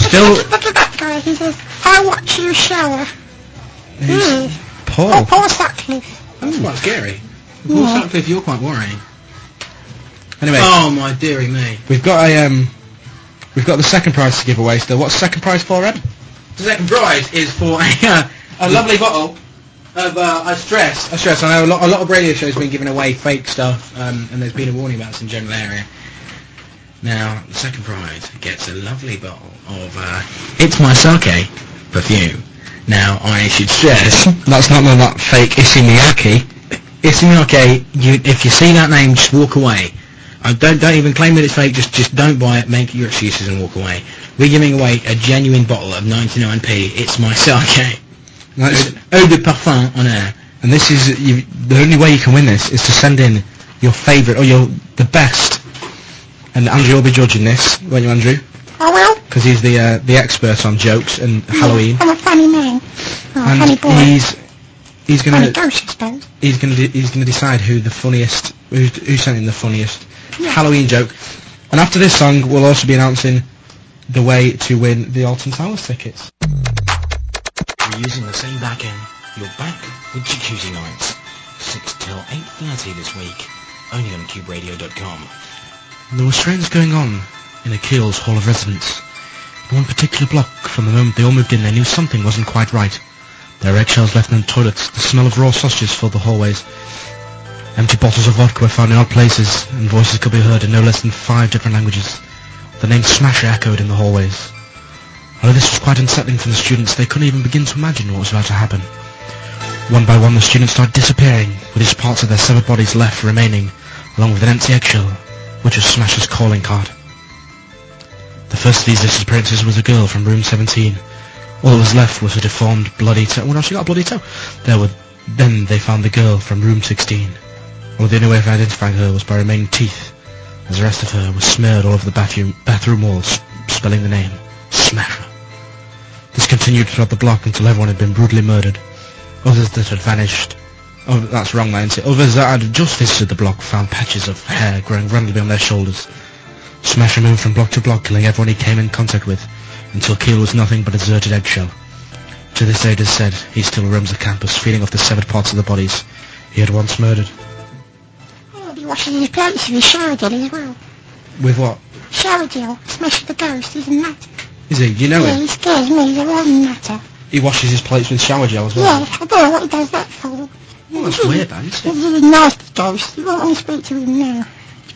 [SPEAKER 1] Still,
[SPEAKER 6] Look at that guy, he says, I watch you shower.
[SPEAKER 1] he's
[SPEAKER 6] Yeah.
[SPEAKER 1] Paul.
[SPEAKER 6] Oh, Paul Sutcliffe.
[SPEAKER 2] That's quite scary. Paul
[SPEAKER 6] Yeah.
[SPEAKER 2] Sutcliffe, you're quite worrying.
[SPEAKER 1] Anyway,
[SPEAKER 2] Oh my dearie me.
[SPEAKER 1] we've got a um, we've got the second prize to give away. Still, what's the second prize for, Ed?
[SPEAKER 2] The second prize is for a, uh, a lovely bottle of uh, I stress. I stress. I know a lot, a lot of radio shows have been giving away fake stuff, um, and there's been a warning about this in general area. Now, the second prize gets a lovely bottle of uh, It's My Sake perfume. Now, I should stress
[SPEAKER 1] That's not none of that fake Isimiaki.
[SPEAKER 2] It's okay. You, if you see that name, just walk away. I don't don't even claim that it's fake. Just just don't buy it. Make your excuses and walk away. We're giving away a genuine bottle of 99p. It's my sake.
[SPEAKER 1] That's-
[SPEAKER 2] Eau de parfum on air.
[SPEAKER 1] and this is you, the only way you can win this is to send in your favourite or your the best. And Andrew will be judging this, won't you, Andrew?
[SPEAKER 6] I will. Oh,
[SPEAKER 1] Because he's the uh, the expert on jokes and Halloween.
[SPEAKER 6] I'm a funny man. Oh,
[SPEAKER 1] and
[SPEAKER 6] funny boy.
[SPEAKER 1] he's he's
[SPEAKER 6] funny
[SPEAKER 1] gonna
[SPEAKER 6] ghost, I suppose.
[SPEAKER 1] he's gonna de- he's gonna decide who the funniest who who sent in the funniest
[SPEAKER 6] Yeah.
[SPEAKER 1] Halloween joke. And after this song, we'll also be announcing the way to win the Alton Towers tickets.
[SPEAKER 2] We're using the same back end. You're back with Jacuzzi Nights, six till eight thirty this week, only on CubeRadio.com.
[SPEAKER 1] There were strains going on in Akil's Hall of Residence. In one particular block, from the moment they all moved in, they knew something wasn't quite right. There were eggshells left in the toilets, the smell of raw sausages filled the hallways. Empty bottles of vodka were found in odd places, and voices could be heard in no less than five different languages. The name Smasher echoed in the hallways. Although this was quite unsettling for the students, they couldn't even begin to imagine what was about to happen. One by one the students started disappearing, with just parts of their severed bodies left remaining, along with an empty eggshell, which was Smash's calling card. The first of these disappearances was a girl from room 17. All that was left was a deformed, bloody toe. Well, no, she got a bloody toe. There were, then they found the girl from room 16. Well, the only way of identifying her was by remaining teeth, as the rest of her was smeared all over the bathroom, bathroom walls, spelling the name, Smasher. This continued throughout the block until everyone had been brutally murdered. Others that had vanished. Oh, that's wrong, I didn't say. Others that had just visited the block found patches of hair growing randomly on their shoulders. Smasher moved from block to block, killing everyone he came in contact with, until Keel was nothing but a deserted eggshell. To this day, it is said, he still roams the campus, feeding off the severed parts of the bodies he had once murdered.
[SPEAKER 6] I'll be washing his plates with shower gel as well.
[SPEAKER 1] With what?
[SPEAKER 6] Shower gel, smash the ghost, he's a nut.
[SPEAKER 1] Is he? You know
[SPEAKER 6] Yeah,
[SPEAKER 1] him?
[SPEAKER 6] he scares me, he's a real nutter.
[SPEAKER 1] He washes his plates with shower gel as well.
[SPEAKER 6] Yeah, I don't know what he does that for.
[SPEAKER 1] Well, that's weird, that, isn't it?
[SPEAKER 6] He's a really nasty ghost, you won't want to speak to him now.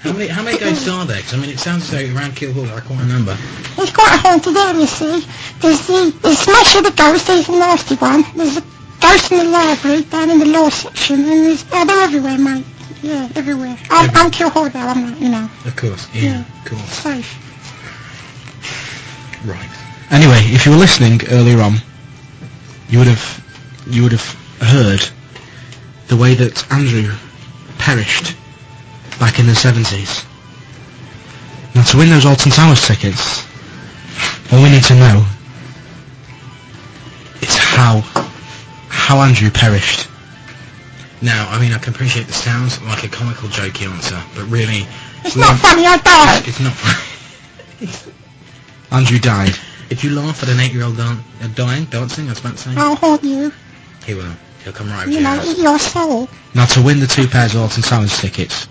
[SPEAKER 2] How many, how many ghosts are there? 'Cause, I mean, it sounds as though around Kill Hall there are quite a number.
[SPEAKER 6] It's quite a haunted area, see. There's the, the smash of the ghost, there's a nasty one. There's a ghost in the library, down in the law section, and there's, oh, they're everywhere, mate. Yeah, everywhere. I'm, I'm Kill Hall though, I'm not, you know,
[SPEAKER 2] Of course.
[SPEAKER 6] Yeah.
[SPEAKER 2] of course.
[SPEAKER 6] safe.
[SPEAKER 2] Right.
[SPEAKER 1] Anyway, if you were listening earlier on, you would have you would have heard the way that Andrew perished back in the seventies. Now to win those Alton Towers tickets, all we need to know is how how Andrew perished.
[SPEAKER 2] Now, I mean, I can appreciate this sounds like a comical, jokey answer, but really,
[SPEAKER 6] It's not funny, I died.
[SPEAKER 2] it's not.
[SPEAKER 1] Andrew died.
[SPEAKER 2] if you laugh at an eight-year-old dan- uh, dying, dancing, I was about to say,
[SPEAKER 6] I'll haunt you,
[SPEAKER 2] he will. He'll come right up to
[SPEAKER 6] you
[SPEAKER 2] your
[SPEAKER 6] know,
[SPEAKER 2] house.
[SPEAKER 6] eat your soul.
[SPEAKER 1] Now to win the two pairs of Alton Towers tickets,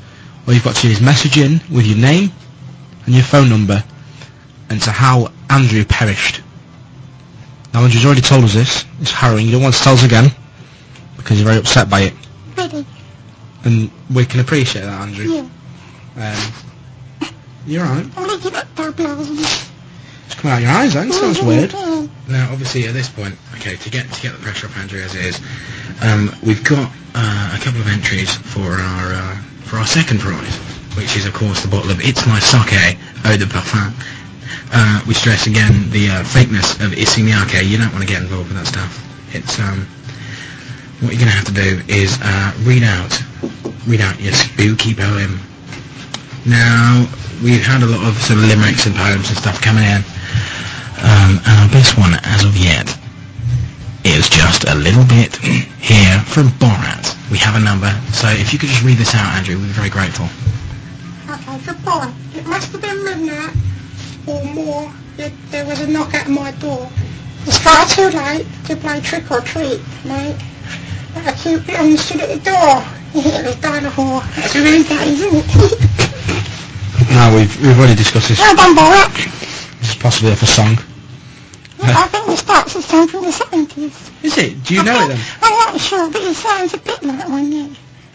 [SPEAKER 1] all you've got to do is message in with your name and your phone number and to how Andrew perished. Now Andrew's already told us this, it's harrowing, you don't want to tell us again because you're very upset by it
[SPEAKER 6] Really,
[SPEAKER 1] and we can appreciate that Andrew.
[SPEAKER 6] yeah.
[SPEAKER 1] Um, you're right.
[SPEAKER 6] I'll let you get that blouse.
[SPEAKER 1] It's coming out your eyes, ain't it? That's
[SPEAKER 6] Mm-hmm.
[SPEAKER 1] weird.
[SPEAKER 6] Yeah.
[SPEAKER 2] Now, obviously, at this point, okay, to get to get the pressure off Andrew as it is, um, we've got uh, a couple of entries for our uh, for our second prize, which is of course the bottle of It's My Sake Eau de Parfum. Uh, we stress again the uh, fakeness of Isignake. You don't want to get involved with that stuff. It's um, what you're going to have to do is uh, read out read out your spooky poem. Now we've had a lot of sort of limericks and poems and stuff coming in. Um, and our best one as of yet is just a little bit here from Borat. We have a number, so if you could just read this out, Andrew, we'd be very grateful.
[SPEAKER 6] Okay, goodbye. It must have been midnight or more. It, there was a knock at my door. It's far too late to play trick or treat, mate. But a cute blonde stood at the door. It was Dinosaur. That's a real guy, isn't it?
[SPEAKER 1] Now we've we've already discussed this.
[SPEAKER 6] well done, Borat.
[SPEAKER 1] This is possibly off a song.
[SPEAKER 6] I think this starts with something in the 70s.
[SPEAKER 1] Is it? Do you
[SPEAKER 6] I
[SPEAKER 1] know it
[SPEAKER 6] think-
[SPEAKER 1] then?
[SPEAKER 6] I'm not sure, but it sounds a bit like one, yeah.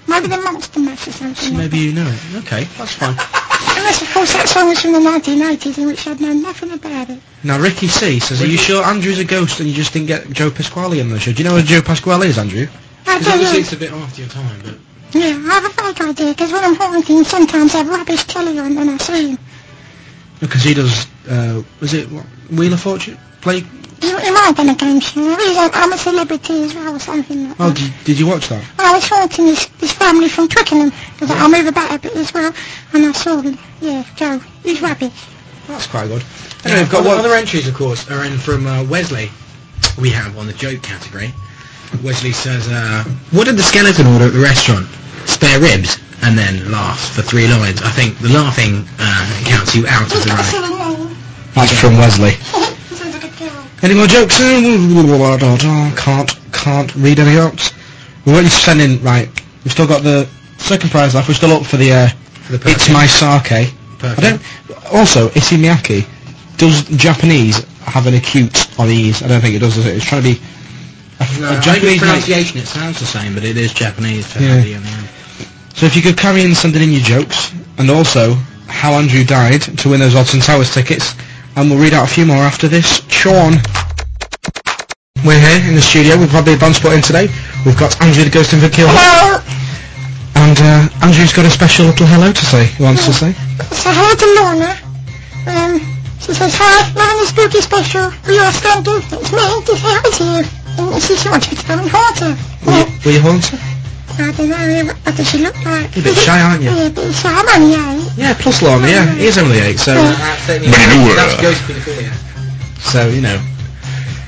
[SPEAKER 6] Maybe the Monster Mash or something.
[SPEAKER 1] So
[SPEAKER 6] like
[SPEAKER 1] maybe you know it. Okay, that's fine.
[SPEAKER 6] that. Unless, of course, that song was from the 1980s in which I'd known nothing about it.
[SPEAKER 1] Now Ricky C says, "Are you sure Andrew's a ghost and you just didn't get Joe Pasquale on the show? Do you know who Joe Pasquale is, Andrew?
[SPEAKER 6] I don't know.
[SPEAKER 2] a bit after your time, but
[SPEAKER 6] Yeah, I have a vague idea because when I'm haunting, sometimes I have rubbish telly on and I see him.
[SPEAKER 1] Because he does. Uh, was it what, Wheel of Fortune? Play?
[SPEAKER 6] He, he might have been a game show. He's a, I'm a celebrity as well or something like
[SPEAKER 1] Oh,
[SPEAKER 6] that.
[SPEAKER 1] did, did you watch that?
[SPEAKER 6] I was haunting this, this family from Twickenham because I move about a bit as well and I saw him. Yeah, Joe, he's rubbish.
[SPEAKER 1] That's quite good.
[SPEAKER 2] anyway,
[SPEAKER 1] Anyway,
[SPEAKER 2] we've
[SPEAKER 1] I've
[SPEAKER 2] got
[SPEAKER 1] got
[SPEAKER 2] other,
[SPEAKER 1] one.
[SPEAKER 2] other entries, of course, are in from uh, Wesley. We have on the joke category. Wesley says, uh, "What did the skeleton order at the restaurant? Spare ribs." And then laughs for three lines. I think the laughing uh, counts you out of
[SPEAKER 6] He's
[SPEAKER 2] the
[SPEAKER 6] got a
[SPEAKER 2] running.
[SPEAKER 6] silly name.
[SPEAKER 1] That's from Wesley.
[SPEAKER 6] He sounds like a girl.
[SPEAKER 1] Any more jokes? Can't can't read any jokes. We're already sending right. We've still got the second prize left. We're still up for the. Uh,
[SPEAKER 2] For the
[SPEAKER 1] it's
[SPEAKER 2] person.
[SPEAKER 1] my sake. I
[SPEAKER 2] Perfect.
[SPEAKER 1] don't. Also, Isimiaki. Does Japanese have an acute on the e's? I don't think it does. Does it? It's trying to be. a-
[SPEAKER 2] No,
[SPEAKER 1] a
[SPEAKER 2] I think
[SPEAKER 1] Japanese might-
[SPEAKER 2] pronunciation, it sounds the same, but it is Japanese. for
[SPEAKER 1] Yeah.
[SPEAKER 2] the, um,
[SPEAKER 1] So if you could carry in sending in your jokes, and also how Andrew died to win those Odds and Towers tickets, and we'll read out a few more after this. Sean. We're here in the studio with Robbie Bonsport in today. We've got Andrew the Ghost in the Kill.
[SPEAKER 6] Hello.
[SPEAKER 1] And uh, Andrew's got a special little hello to say. He wants to say.
[SPEAKER 6] So hello to Lorna. Um, she says, hi, Lorna Spooky Special. We are standing. It's me, this here with you. And she said, wanted to come and haunt her.
[SPEAKER 1] Will you,
[SPEAKER 6] Well,
[SPEAKER 1] will you haunt her?
[SPEAKER 6] I don't know, what does she look like?
[SPEAKER 1] You're a bit shy, aren't you?
[SPEAKER 6] Yeah, a bit shy, I'm only eight.
[SPEAKER 1] Yeah, plus Lorna, yeah. He is only eight, so...
[SPEAKER 2] That's, technically-
[SPEAKER 1] Manure.
[SPEAKER 2] that's ghost pedophilia.
[SPEAKER 1] So, you know.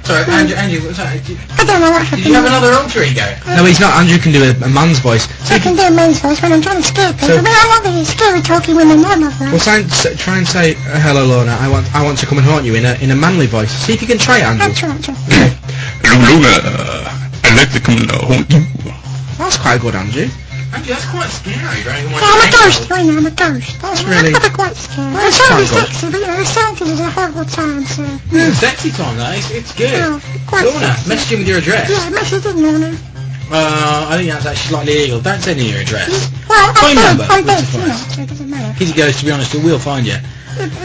[SPEAKER 2] Sorry, Andrew, Andrew what- sorry, did,
[SPEAKER 6] I don't know what
[SPEAKER 2] did
[SPEAKER 6] happened.
[SPEAKER 2] you have another alter ego?
[SPEAKER 1] No, he's not. Andrew can do a, a man's voice. So
[SPEAKER 6] I
[SPEAKER 1] you can,
[SPEAKER 6] can do a man's voice when I'm trying to scare people,
[SPEAKER 1] So-
[SPEAKER 6] but I love it. Scary talking women, I love that.
[SPEAKER 1] well, sign, s- try and say, uh, hello, Lorna. I want I want to come and haunt you in a, in a manly voice. See if you can try it, Andrew.
[SPEAKER 6] I'll try, I'll try.
[SPEAKER 7] I'd like to come and haunt you.
[SPEAKER 1] That's quite good, Andrew.
[SPEAKER 2] Andrew, that's quite scary. Right?
[SPEAKER 6] Yeah,
[SPEAKER 1] Oh
[SPEAKER 6] I'm a ghost, I know, I'm a ghost. That's
[SPEAKER 1] really-
[SPEAKER 6] That's quite scary.
[SPEAKER 1] That's
[SPEAKER 6] I'm trying to be
[SPEAKER 1] quite good.
[SPEAKER 6] sexy, but you know, the sound is a horrible time, so...
[SPEAKER 2] Sexy time, though. It's, it's good.
[SPEAKER 1] Oh,
[SPEAKER 6] Yeah, quite
[SPEAKER 2] Lorna,
[SPEAKER 6] sexy.
[SPEAKER 2] message him with your address.
[SPEAKER 6] Yeah, message in, Lorna.
[SPEAKER 2] Uh, I think that's actually slightly illegal. Don't send him your address.
[SPEAKER 6] Well,
[SPEAKER 2] Phone
[SPEAKER 6] I'm
[SPEAKER 2] number,
[SPEAKER 6] dead, I'm
[SPEAKER 2] would
[SPEAKER 6] dead, you know,
[SPEAKER 2] suffice.
[SPEAKER 6] so it doesn't matter.
[SPEAKER 2] He's a ghost, to be honest, he will find you.
[SPEAKER 6] It-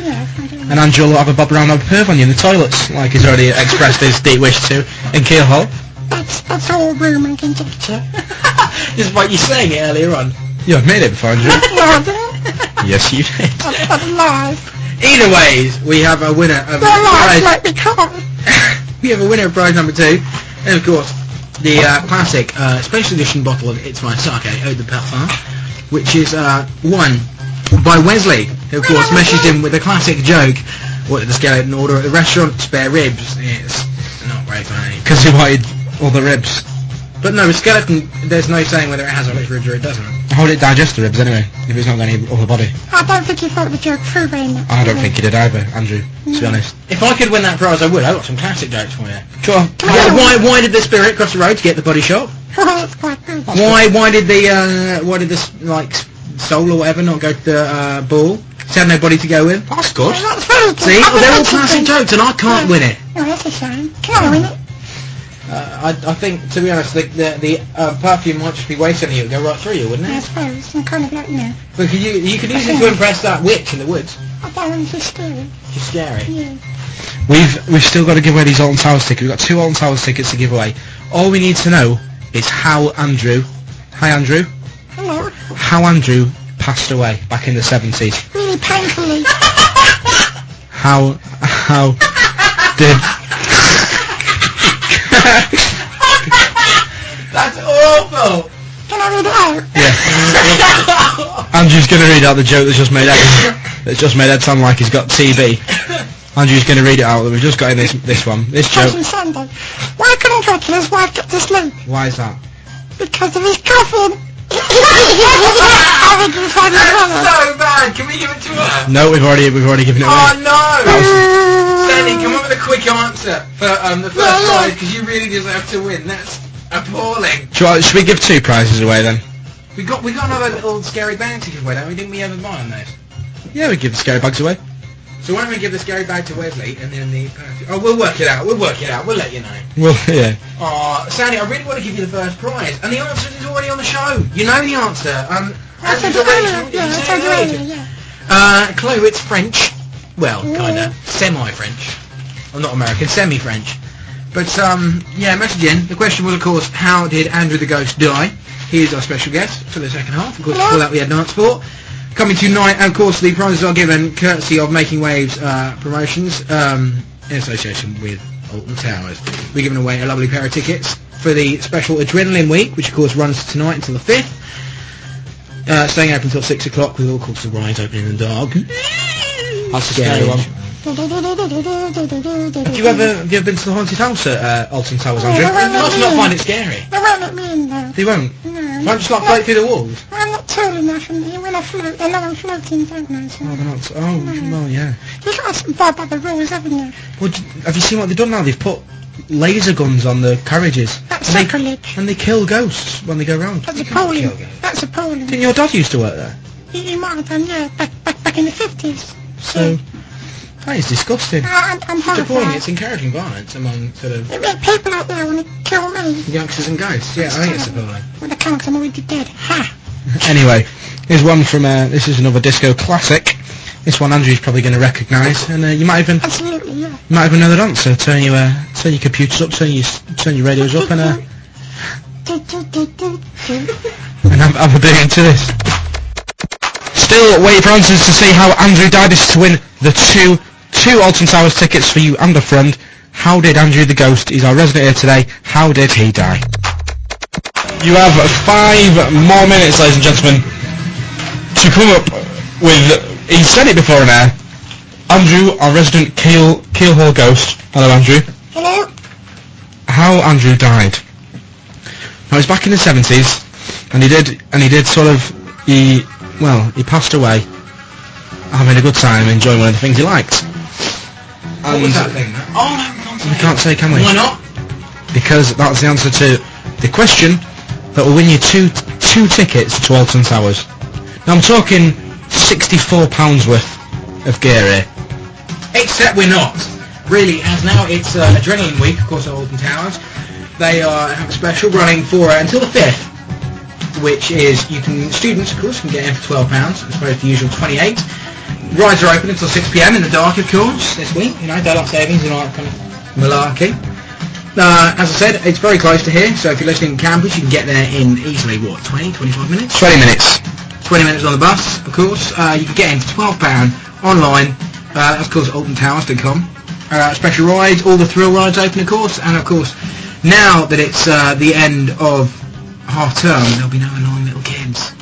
[SPEAKER 6] yeah, I don't know.
[SPEAKER 1] And Andrew will have a bob around on perv on you in the toilets, like he's already expressed his deep wish to in Keel Hall.
[SPEAKER 6] That's, that's all rumour and conjecture.
[SPEAKER 2] This is what you sang it earlier on.
[SPEAKER 1] You admitted it before, Andrew.
[SPEAKER 6] no, I don't.
[SPEAKER 1] yes, you did.
[SPEAKER 6] That's not live.
[SPEAKER 2] Either ways, we have a winner of
[SPEAKER 6] They're live,
[SPEAKER 2] prize.
[SPEAKER 6] like we can't.
[SPEAKER 2] we have a winner of prize number two, and of course, the uh, classic uh, special edition bottle of It's My Sake Eau de Parfum, which is uh, won by Wesley, who of course messaged him with a classic joke. What did the skeleton order at the restaurant? Spare ribs. It's not very funny.
[SPEAKER 1] Because he wanted all the ribs.
[SPEAKER 2] But no, with skeleton, there's no saying whether it has how much ribs or it doesn't.
[SPEAKER 1] How would it digest the ribs anyway, if it's not got any other body?
[SPEAKER 6] I don't think you thought the joke through very much.
[SPEAKER 1] I don't think he did either, Andrew, to
[SPEAKER 6] Mm.
[SPEAKER 1] be honest.
[SPEAKER 2] If I could win that prize, I would. I've got some classic jokes for you.
[SPEAKER 1] Sure.
[SPEAKER 2] Why, why, why did the spirit cross the road to get the body shop?
[SPEAKER 6] it's quite good.
[SPEAKER 2] Why? Why did the uh, why did this like s- soul or whatever not go to the uh, ball? She had nobody to go with.
[SPEAKER 1] That's good.
[SPEAKER 6] That's very good.
[SPEAKER 2] See,
[SPEAKER 6] I've
[SPEAKER 2] well, they're all
[SPEAKER 6] invented
[SPEAKER 2] classic
[SPEAKER 6] things.
[SPEAKER 2] jokes, and I can't win it.
[SPEAKER 6] No, that's a shame. Can I win it?
[SPEAKER 2] Uh, I, I think, to be honest, the the, the uh, perfume might just be wasting you. It would go right through you, wouldn't
[SPEAKER 6] I
[SPEAKER 2] it?
[SPEAKER 6] suppose. I'm kind of like, no.
[SPEAKER 2] But you you could use it to impress that witch in the woods.
[SPEAKER 6] I don't want to scary.
[SPEAKER 2] She's scary.
[SPEAKER 6] Yeah.
[SPEAKER 1] We've we've still got to give away these Alton Towers tickets. We've got two Alton Towers tickets to give away. All we need to know is how Andrew, hi Andrew,
[SPEAKER 6] Hello.
[SPEAKER 1] how Andrew passed away back in the seventies.
[SPEAKER 6] Really painfully.
[SPEAKER 1] How how did
[SPEAKER 2] That's awful.
[SPEAKER 6] Can I read it out?
[SPEAKER 1] yeah? Andrew's going to read out the joke that's just made Ed that's just made Ed sound like he's got TB. Andrew's going to read it out. We've just got in this this one. This
[SPEAKER 6] Passion
[SPEAKER 1] joke.
[SPEAKER 6] Sunday. Why couldn't Dracula's wife get to sleep?
[SPEAKER 1] Why is that?
[SPEAKER 6] Because of his coffin. I think it's funny as well.
[SPEAKER 2] So bad. Can we give it to her? Oh,
[SPEAKER 1] No, we've already we've already given it away.
[SPEAKER 2] no. Sandy, come up with a quick answer for um, the first
[SPEAKER 6] Yeah, yeah.
[SPEAKER 2] prize because you really deserve to win. That's appalling.
[SPEAKER 1] Shall I- Should we give two prizes away then?
[SPEAKER 2] We got we got another little scary bag to give away, don't we? Didn't we ever buy on those?
[SPEAKER 1] Yeah, we give the scary bugs away.
[SPEAKER 2] So why don't we give the scary bag to Wesley and then the perfume? Oh, we'll work it out. We'll work it out. We'll let you know.
[SPEAKER 1] Well, yeah.
[SPEAKER 2] Oh, Sandy, I really want to give you the first prize, and the answer is already on the show. You know the answer. Um,
[SPEAKER 6] I said
[SPEAKER 2] Andrew's
[SPEAKER 6] it
[SPEAKER 2] already-
[SPEAKER 6] earlier.
[SPEAKER 2] did you
[SPEAKER 6] Yeah, I
[SPEAKER 2] say
[SPEAKER 6] said
[SPEAKER 2] it
[SPEAKER 6] it
[SPEAKER 2] already?
[SPEAKER 6] earlier. Yeah.
[SPEAKER 2] Uh, Chloe, it's French. Well, kind of. Semi-French. I'm not American, semi-French. But, um, yeah, message in. The question was, of course, how did Andrew the Ghost die? He is our special guest for the second half. Of course, before that we had Night Sport. Coming tonight, and of course, the prizes are given courtesy of Making Waves uh, Promotions um, in association with Alton Towers. We're giving away a lovely pair of tickets for the special Adrenaline Week, which, of course, runs tonight until the 5th. Uh, staying open until 6 o'clock with all sorts of rides opening in the dark. That's a scary one. Have you ever, have you ever been to the Haunted House at uh, Alton Towers, Andrew?
[SPEAKER 6] No, no, no,
[SPEAKER 2] Must
[SPEAKER 6] no.
[SPEAKER 2] not find it scary.
[SPEAKER 6] They won't let me in though.
[SPEAKER 1] They won't.
[SPEAKER 6] No.
[SPEAKER 2] Won't just like float through the walls.
[SPEAKER 6] I'm not tall enough and when I float, they know I'm floating, don't they? So
[SPEAKER 1] Oh, they're not. Oh, well, yeah.
[SPEAKER 6] you got to bob by the rules, haven't you?
[SPEAKER 1] Well, d- have you seen what they've done now? They've put laser guns on the carriages,
[SPEAKER 6] That's
[SPEAKER 1] They-
[SPEAKER 6] sacrilege.
[SPEAKER 1] and they kill ghosts when they go round.
[SPEAKER 6] That's
[SPEAKER 2] kill
[SPEAKER 6] appalling.
[SPEAKER 2] guys.
[SPEAKER 6] That's appalling.
[SPEAKER 1] Didn't your dad used to work there?
[SPEAKER 6] He, he might have done, yeah, back, back, back in the 50s.
[SPEAKER 1] So that is disgusting.
[SPEAKER 6] I, I'm, I'm
[SPEAKER 2] Deploying
[SPEAKER 6] horrified.
[SPEAKER 2] it's encouraging violence among sort of
[SPEAKER 6] It meant people out there want to kill me.
[SPEAKER 2] youngsters and ghosts. Yeah, I think it's appalling.
[SPEAKER 6] Well, they can't, 'cause I'm already dead. Ha!
[SPEAKER 1] anyway, here's one from. Uh, this is another disco classic. This one Andrew's probably going to recognise, and uh, you might even
[SPEAKER 6] Absolutely, yeah.
[SPEAKER 1] might have another answer. Turn your uh, turn your computers up, turn your s- turn your radios up, and uh,
[SPEAKER 6] Do, do, do, do, do.
[SPEAKER 1] and have, have a bit into this. Still waiting for answers to see how Andrew died is to win the two two Alton Towers tickets for you and a friend. How did Andrew the Ghost? He's our resident here today. How did he die? You have five more minutes, ladies and gentlemen, to come up with. He said it before in air. Andrew, our resident Keel Keel Hall Ghost. Hello, Andrew.
[SPEAKER 6] Hello?
[SPEAKER 1] How Andrew died. Now, it was back in the seventies, and he did, and he did sort of, he, well, he passed away, having a good time, enjoying one of the things he liked.
[SPEAKER 2] What
[SPEAKER 1] And
[SPEAKER 2] was that thing?
[SPEAKER 1] We can't say, can we?
[SPEAKER 2] Why not?
[SPEAKER 1] Because that's the answer to the question that will win you two two tickets to Alton Towers. Now I'm talking sixty-four pounds worth of gear here.
[SPEAKER 2] Except we're not. Really, as now it's uh, Adrenaline Week, of course, at Alton Towers. They uh, have a special running for uh, until the 5th, which is, you can, students, of course, can get in for £12, as opposed to the usual 28 Rides are open until 6pm in the dark, of course, this week. You know, daylight savings and all that kind of malarkey. Uh, as I said, it's very close to here, so if you're listening in Cambridge, you can get there in easily, what, 20, 25 minutes?
[SPEAKER 1] Twenty minutes.
[SPEAKER 2] 20 minutes on the bus, of course. Uh, you can get in for £12 online. Uh, that's, of course, altontowers.com. Uh, special rides, all the thrill rides open, of course. And, of course, now that it's uh, the end of half term, there'll be no annoying little kids.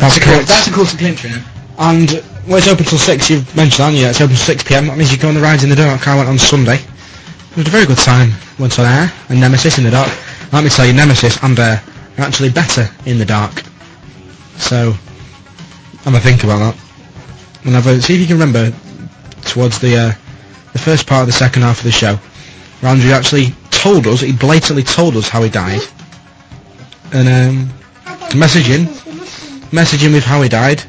[SPEAKER 1] That's correct.
[SPEAKER 2] That's, of course, a clincher, isn't it?
[SPEAKER 1] And well, it's open till six. You've mentioned, haven't you? It's open till six p.m. That means you go on the rides in the dark. I went on Sunday. It was a very good time. Went on air and Nemesis in the dark. Let me tell you, Nemesis and Air are actually better in the dark. So I'm gonna think about that. Whenever, see if you can remember towards the uh, the first part of the second half of the show, where Andrew actually told us, he blatantly told us how he died, and um, Messaging. messaging with how he died,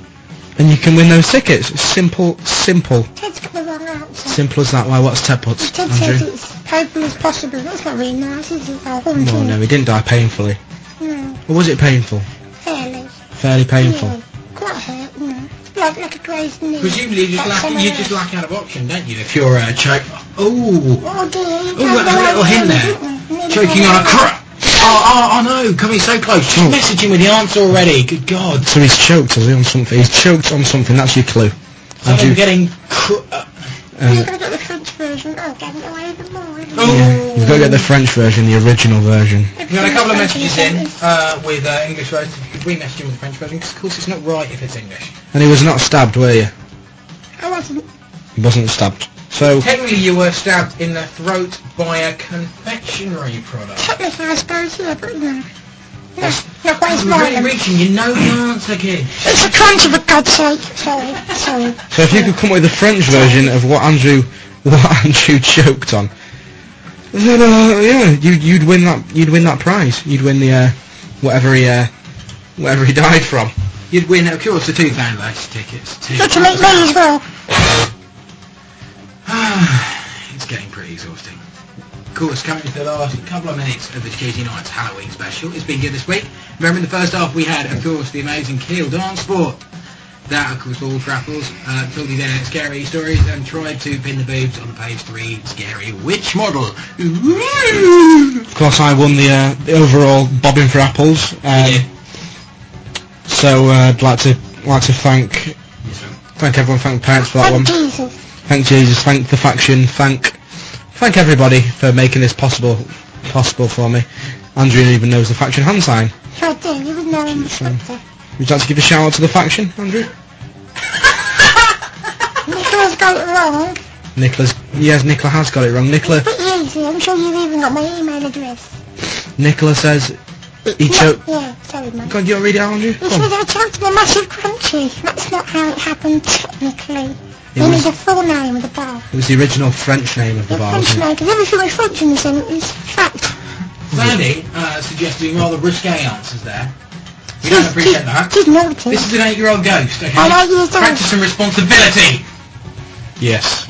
[SPEAKER 1] and you can win those tickets. Simple, simple,
[SPEAKER 6] Ted's got the wrong answer.
[SPEAKER 1] simple as that. Why? What's Ted puts?
[SPEAKER 6] Ted says
[SPEAKER 1] Andrew?
[SPEAKER 6] it's painful as possible. That's not really nice, is it? Oh,
[SPEAKER 1] No, no, he didn't die painfully.
[SPEAKER 6] No,
[SPEAKER 1] Or was it painful?
[SPEAKER 6] fairly.
[SPEAKER 1] Fairly painful.
[SPEAKER 6] Yeah. Quite hurt, you know. Like, like a grazed knee.
[SPEAKER 2] Presumably, you just,
[SPEAKER 6] Like
[SPEAKER 2] lack,
[SPEAKER 6] someone
[SPEAKER 2] you just
[SPEAKER 6] else.
[SPEAKER 2] lack out of option, don't you, if you're uh, choke. Oh,
[SPEAKER 6] Oh dear.
[SPEAKER 2] oh, that's a little hint there. Choking on a crap. Oh, oh, oh no, coming so close.
[SPEAKER 1] Oh.
[SPEAKER 2] She's messaging with the answer already. Good God.
[SPEAKER 1] So he's choked, has he, on something? He's choked on something. That's your clue.
[SPEAKER 2] So I'm
[SPEAKER 1] Andrew,
[SPEAKER 2] getting... Cr- uh,
[SPEAKER 6] You've
[SPEAKER 1] uh,
[SPEAKER 6] got to get the French version. Oh, get it away even more.
[SPEAKER 2] oh.
[SPEAKER 1] you've got to get the French version, the original version.
[SPEAKER 2] We've had a couple of messages in uh, with uh, English version. Could we message in with the French version? 'Cause of course it's not right if it's English.
[SPEAKER 1] And he was not stabbed, were you?
[SPEAKER 6] I wasn't.
[SPEAKER 1] He wasn't stabbed. So
[SPEAKER 2] Technically, you were stabbed in the throat by a confectionery product.
[SPEAKER 6] Technically, I suppose, yeah, but no. No, no, where's
[SPEAKER 2] You're really
[SPEAKER 6] mine?
[SPEAKER 2] reaching. You know the answer, kid.
[SPEAKER 6] It's a crunch for God's sake. Sorry, sorry.
[SPEAKER 1] So if you could come up with a French version of what Andrew what Andrew choked on, then uh, yeah, you, you'd win that you'd win that prize. You'd win the uh, whatever he uh, whatever he died from.
[SPEAKER 2] You'd win, of course, the two Van Lace tickets. Two.
[SPEAKER 6] Get to make me as well.
[SPEAKER 2] it's getting pretty exhausting. Of course, coming to the last couple of minutes of the Tuesday Night's Halloween special. It's been good this week. Remember in the first half we had, of course, the amazing Keel Dance Sport. That, of course, all grapples, uh, filthy down scary stories and tried to pin the boobs on the page three scary witch model. Ooh.
[SPEAKER 1] Of course, I won the uh, the overall bobbing for apples. Um,
[SPEAKER 2] Yeah.
[SPEAKER 1] So uh, I'd like to like to thank thank everyone, thank parents for that one.
[SPEAKER 6] Thank Jesus.
[SPEAKER 1] Thank Jesus, thank the faction, thank thank everybody for making this possible possible for me. Andrew even knows the faction hand sign.
[SPEAKER 6] How dare you with no instructor.
[SPEAKER 1] Would you like to give a shout out to the faction, Andrew?
[SPEAKER 6] Nicola's got it wrong.
[SPEAKER 1] Nicola's yes, Nicola has got it wrong. Nicola
[SPEAKER 6] But easy, I'm sure you've even got my email address.
[SPEAKER 1] Nicola says he
[SPEAKER 6] No,
[SPEAKER 1] choked.
[SPEAKER 6] Yeah, sorry, mate.
[SPEAKER 1] God, you want to read it out, Andrew?
[SPEAKER 6] He
[SPEAKER 1] Come on.
[SPEAKER 6] says I choked on a massive crunchy. That's not how it happened technically.
[SPEAKER 1] It
[SPEAKER 6] You need
[SPEAKER 1] was,
[SPEAKER 6] the full name of the bar.
[SPEAKER 1] it was the original French name of the
[SPEAKER 6] The
[SPEAKER 1] bar,
[SPEAKER 6] French
[SPEAKER 1] wasn't it?
[SPEAKER 6] name, because everything with French in the sentence is fact.
[SPEAKER 2] Sandy uh, suggesting rather risque answers there. We
[SPEAKER 6] She's-
[SPEAKER 2] don't appreciate that.
[SPEAKER 6] She's naughty.
[SPEAKER 2] This is an eight-year-old ghost, okay?
[SPEAKER 6] I like you, sorry.
[SPEAKER 2] Practice some responsibility.
[SPEAKER 1] Yes.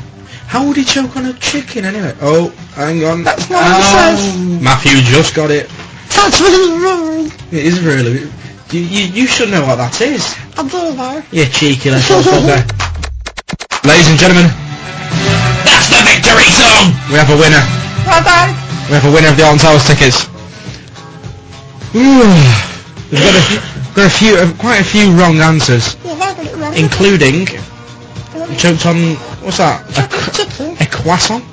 [SPEAKER 1] How would he choke on a chicken anyway? Oh, hang on.
[SPEAKER 6] That's not what
[SPEAKER 2] Um,
[SPEAKER 6] it says.
[SPEAKER 1] Matthew just got it.
[SPEAKER 6] That's really rude.
[SPEAKER 1] It is really. You, you, you should know what that is.
[SPEAKER 6] I do though.
[SPEAKER 1] You cheeky little fucker. Ladies and gentlemen,
[SPEAKER 8] That's the victory song!
[SPEAKER 1] we have a winner.
[SPEAKER 9] Well done.
[SPEAKER 1] We have a winner of the Alton Towers tickets. Ooh. We've got a, got a few, uh, quite a few wrong answers,
[SPEAKER 9] You had it wrong.
[SPEAKER 1] including choked on what's that? A,
[SPEAKER 9] Chocolate
[SPEAKER 1] cr-
[SPEAKER 9] chicken.
[SPEAKER 1] a croissant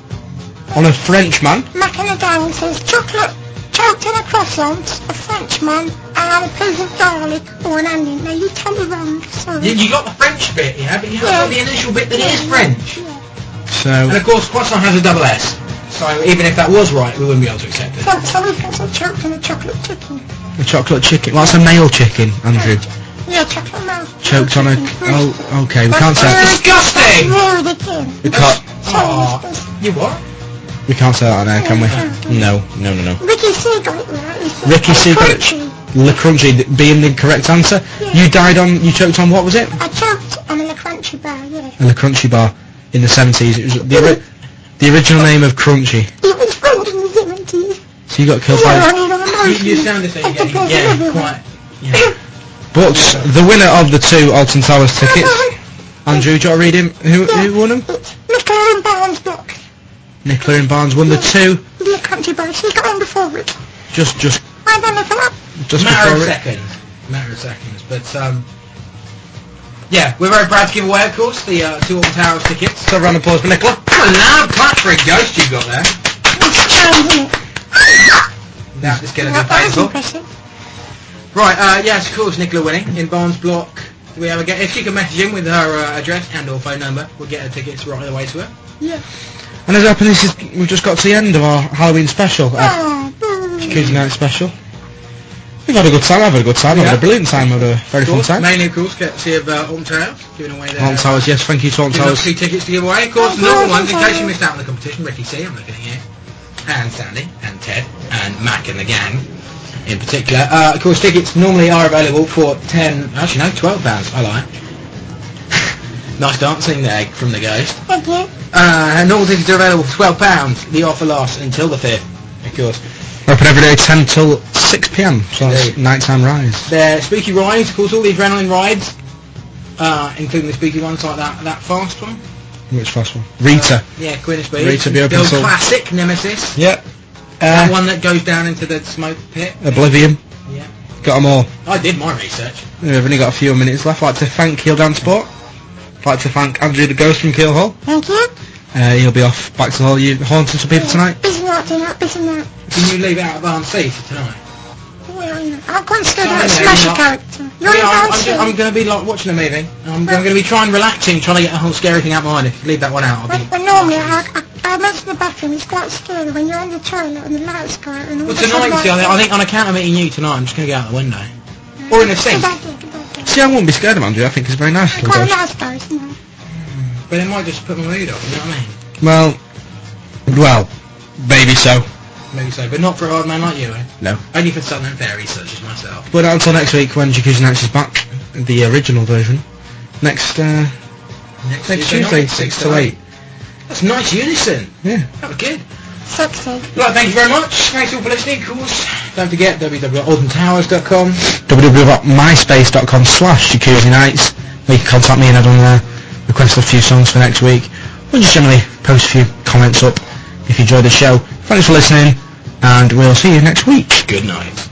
[SPEAKER 1] on a Frenchman.
[SPEAKER 9] Mac and the Dial says chocolate choked on a croissant, a Frenchman, and a piece of garlic or an onion. Now you tell me wrong. Sorry.
[SPEAKER 2] You, you got the French bit, yeah, but you haven't got the initial bit that is French.
[SPEAKER 9] Yeah.
[SPEAKER 1] So
[SPEAKER 2] And of course, croissant has a double S. So even if that was right, we wouldn't be able to accept it.
[SPEAKER 9] So somebody thinks I choked on a chocolate chicken.
[SPEAKER 1] a chocolate chicken. Well, that's a male chicken, Andrew.
[SPEAKER 9] Yeah, chocolate milk.
[SPEAKER 1] Choked on a. Oh, okay. We can't say.
[SPEAKER 2] Disgusting!
[SPEAKER 9] Rude again.
[SPEAKER 1] We can't.
[SPEAKER 9] Sorry,
[SPEAKER 2] Aw.
[SPEAKER 9] Mr. Smith.
[SPEAKER 2] You what?
[SPEAKER 1] We can't say that on air, can we? No, no, no, no.
[SPEAKER 9] Ricky Seagal got it right. He said,
[SPEAKER 1] Ricky
[SPEAKER 9] "I'm
[SPEAKER 1] Seagal-
[SPEAKER 9] crunchy.
[SPEAKER 1] Le crunchy d- being the correct answer. You died on. You choked on what was it?
[SPEAKER 9] I choked on a crunchy bar, yeah.
[SPEAKER 1] The crunchy bar in the seventies. It was the ori- the original name of crunchy.
[SPEAKER 9] It was found in the 70s.
[SPEAKER 1] So you got killed
[SPEAKER 9] Yeah,
[SPEAKER 1] by.
[SPEAKER 9] I need a motion.
[SPEAKER 2] You, you sound as though you're getting yeah, quite.
[SPEAKER 1] But the winner of the two Alton Towers tickets, Andrew. Do you want to read him? Who who won him?
[SPEAKER 9] It's Nicola and Barnes book.
[SPEAKER 1] Nicola and Barnes won the two.
[SPEAKER 9] The crunchy bar. She's got on before it.
[SPEAKER 1] Just just
[SPEAKER 9] Well done, Nicola.
[SPEAKER 1] just
[SPEAKER 2] matter of
[SPEAKER 1] before it.
[SPEAKER 2] seconds. Matter of seconds. But um, yeah, we're very proud to give away, of course, the uh, two Alton Towers tickets.
[SPEAKER 1] So round of applause for Nicola.
[SPEAKER 2] What a loud clap for a ghost you got there.
[SPEAKER 9] It's changing it.
[SPEAKER 2] That is going to
[SPEAKER 9] Now,
[SPEAKER 2] be
[SPEAKER 9] that is
[SPEAKER 2] painful.
[SPEAKER 9] impressive.
[SPEAKER 2] Right, uh, yes, of course, Nicola winning in Barnes Block. We have a get. If she can message in with her uh, address and or phone number, we'll get her tickets right away to her.
[SPEAKER 1] And as it happens, this is, we've just got to the end of our Halloween special, Uh, our
[SPEAKER 2] Ah.
[SPEAKER 9] Oh, boo.
[SPEAKER 1] Tuesday night special. We've had a good time, I've had a good time, I've had a
[SPEAKER 2] Yeah.
[SPEAKER 1] brilliant time, I've had a very
[SPEAKER 2] Of
[SPEAKER 1] fun
[SPEAKER 2] course,
[SPEAKER 1] time.
[SPEAKER 2] mainly, of course, courtesy of uh, Alton Towers giving away their
[SPEAKER 1] Tom Towers, yes, thank you Tom
[SPEAKER 2] We've got
[SPEAKER 1] Towers.
[SPEAKER 2] two tickets to give away, of course,
[SPEAKER 9] Oh,
[SPEAKER 2] the normal
[SPEAKER 9] Barnes
[SPEAKER 2] ones, in
[SPEAKER 9] and
[SPEAKER 2] case you
[SPEAKER 9] Barnes.
[SPEAKER 2] missed out on the competition. Ricky C, I'm looking at you. And Sandy, and Ted, and Mac and the gang, in particular. Uh, of course, tickets normally are available for 10, actually no, 12 pounds, I lie. nice dancing there from the ghost.
[SPEAKER 9] Thank you.
[SPEAKER 2] Uh, and normal tickets are available for twelve pounds. The offer lasts until the fifth, of course.
[SPEAKER 1] We're open every day 10 till 6pm, so that's
[SPEAKER 2] Indeed.
[SPEAKER 1] nighttime rise.
[SPEAKER 2] They're spooky rides, of course, all the adrenaline rides, uh, including the spooky ones like that that fast one. Uh,
[SPEAKER 1] Which fast one? Rita.
[SPEAKER 2] Yeah, Queen of Speed.
[SPEAKER 1] Rita be open
[SPEAKER 2] the old
[SPEAKER 1] till-
[SPEAKER 2] classic Nemesis.
[SPEAKER 1] Yep.
[SPEAKER 2] That
[SPEAKER 1] Uh,
[SPEAKER 2] one that goes down into the smoke pit.
[SPEAKER 1] Oblivion.
[SPEAKER 2] Yeah.
[SPEAKER 1] Got them all.
[SPEAKER 2] I did my research.
[SPEAKER 1] We've only got a few minutes left. I'd like to thank Keel Down Sport. I'd like to thank Andrew the Ghost from Keel Hall.
[SPEAKER 9] Thank you.
[SPEAKER 1] Uh, he'll be off back to the hall, you haunting some people
[SPEAKER 9] Oh.
[SPEAKER 1] tonight.
[SPEAKER 9] Busy night, dinner, busy night.
[SPEAKER 2] Can you leave it out of Barn C for tonight?
[SPEAKER 9] Where are you? I'm going to go down
[SPEAKER 2] Sorry, no,
[SPEAKER 9] and smash
[SPEAKER 2] you're
[SPEAKER 9] a character. You're
[SPEAKER 2] Yeah, I'm,
[SPEAKER 9] in
[SPEAKER 2] I'm,
[SPEAKER 9] Barnsley.
[SPEAKER 2] just, I'm going to be like watching a movie. I'm, I'm going to be trying relaxing, trying to get the whole scary thing out of my mind. If you leave that one out, I'll
[SPEAKER 9] Well,
[SPEAKER 2] be.
[SPEAKER 9] well, normally, I, I, I mentioned the bathroom, it's quite scary when you're on the toilet and the lights go out and all
[SPEAKER 2] Well,
[SPEAKER 9] the
[SPEAKER 2] tonight, see, I think, I
[SPEAKER 9] lights-
[SPEAKER 2] think on account of meeting you tonight, I'm just going to get out the window. Or in the sink.
[SPEAKER 9] Good idea, good idea.
[SPEAKER 1] See, I wouldn't be scared of Andrew. I think he's a very nice little
[SPEAKER 9] Quite a
[SPEAKER 1] ghost.
[SPEAKER 9] nice guy, isn't he?
[SPEAKER 2] But it might just put my mood off, you know what I mean?
[SPEAKER 1] Well, well, maybe so.
[SPEAKER 2] Maybe so, but not for a hard man like you, eh?
[SPEAKER 1] No.
[SPEAKER 2] Only for southern fairies such as myself.
[SPEAKER 1] But until next week when Jacuzzi Nights is back, the original version. Next, uh,
[SPEAKER 2] Next,
[SPEAKER 1] next
[SPEAKER 2] night,
[SPEAKER 1] Tuesday, 6 to 8.
[SPEAKER 2] That's nice unison.
[SPEAKER 1] Yeah.
[SPEAKER 2] That was good.
[SPEAKER 9] Sexy.
[SPEAKER 2] Right, thank you very much. Thanks all for listening, of course. Don't forget www.oldentowers.com.
[SPEAKER 1] www.myspace.com slash Jacuzzi Nights. You can contact me and add on there, request a few songs for next week, or just generally post a few comments up if you enjoyed the show. Thanks for listening, and we'll see you next week.
[SPEAKER 2] Good night.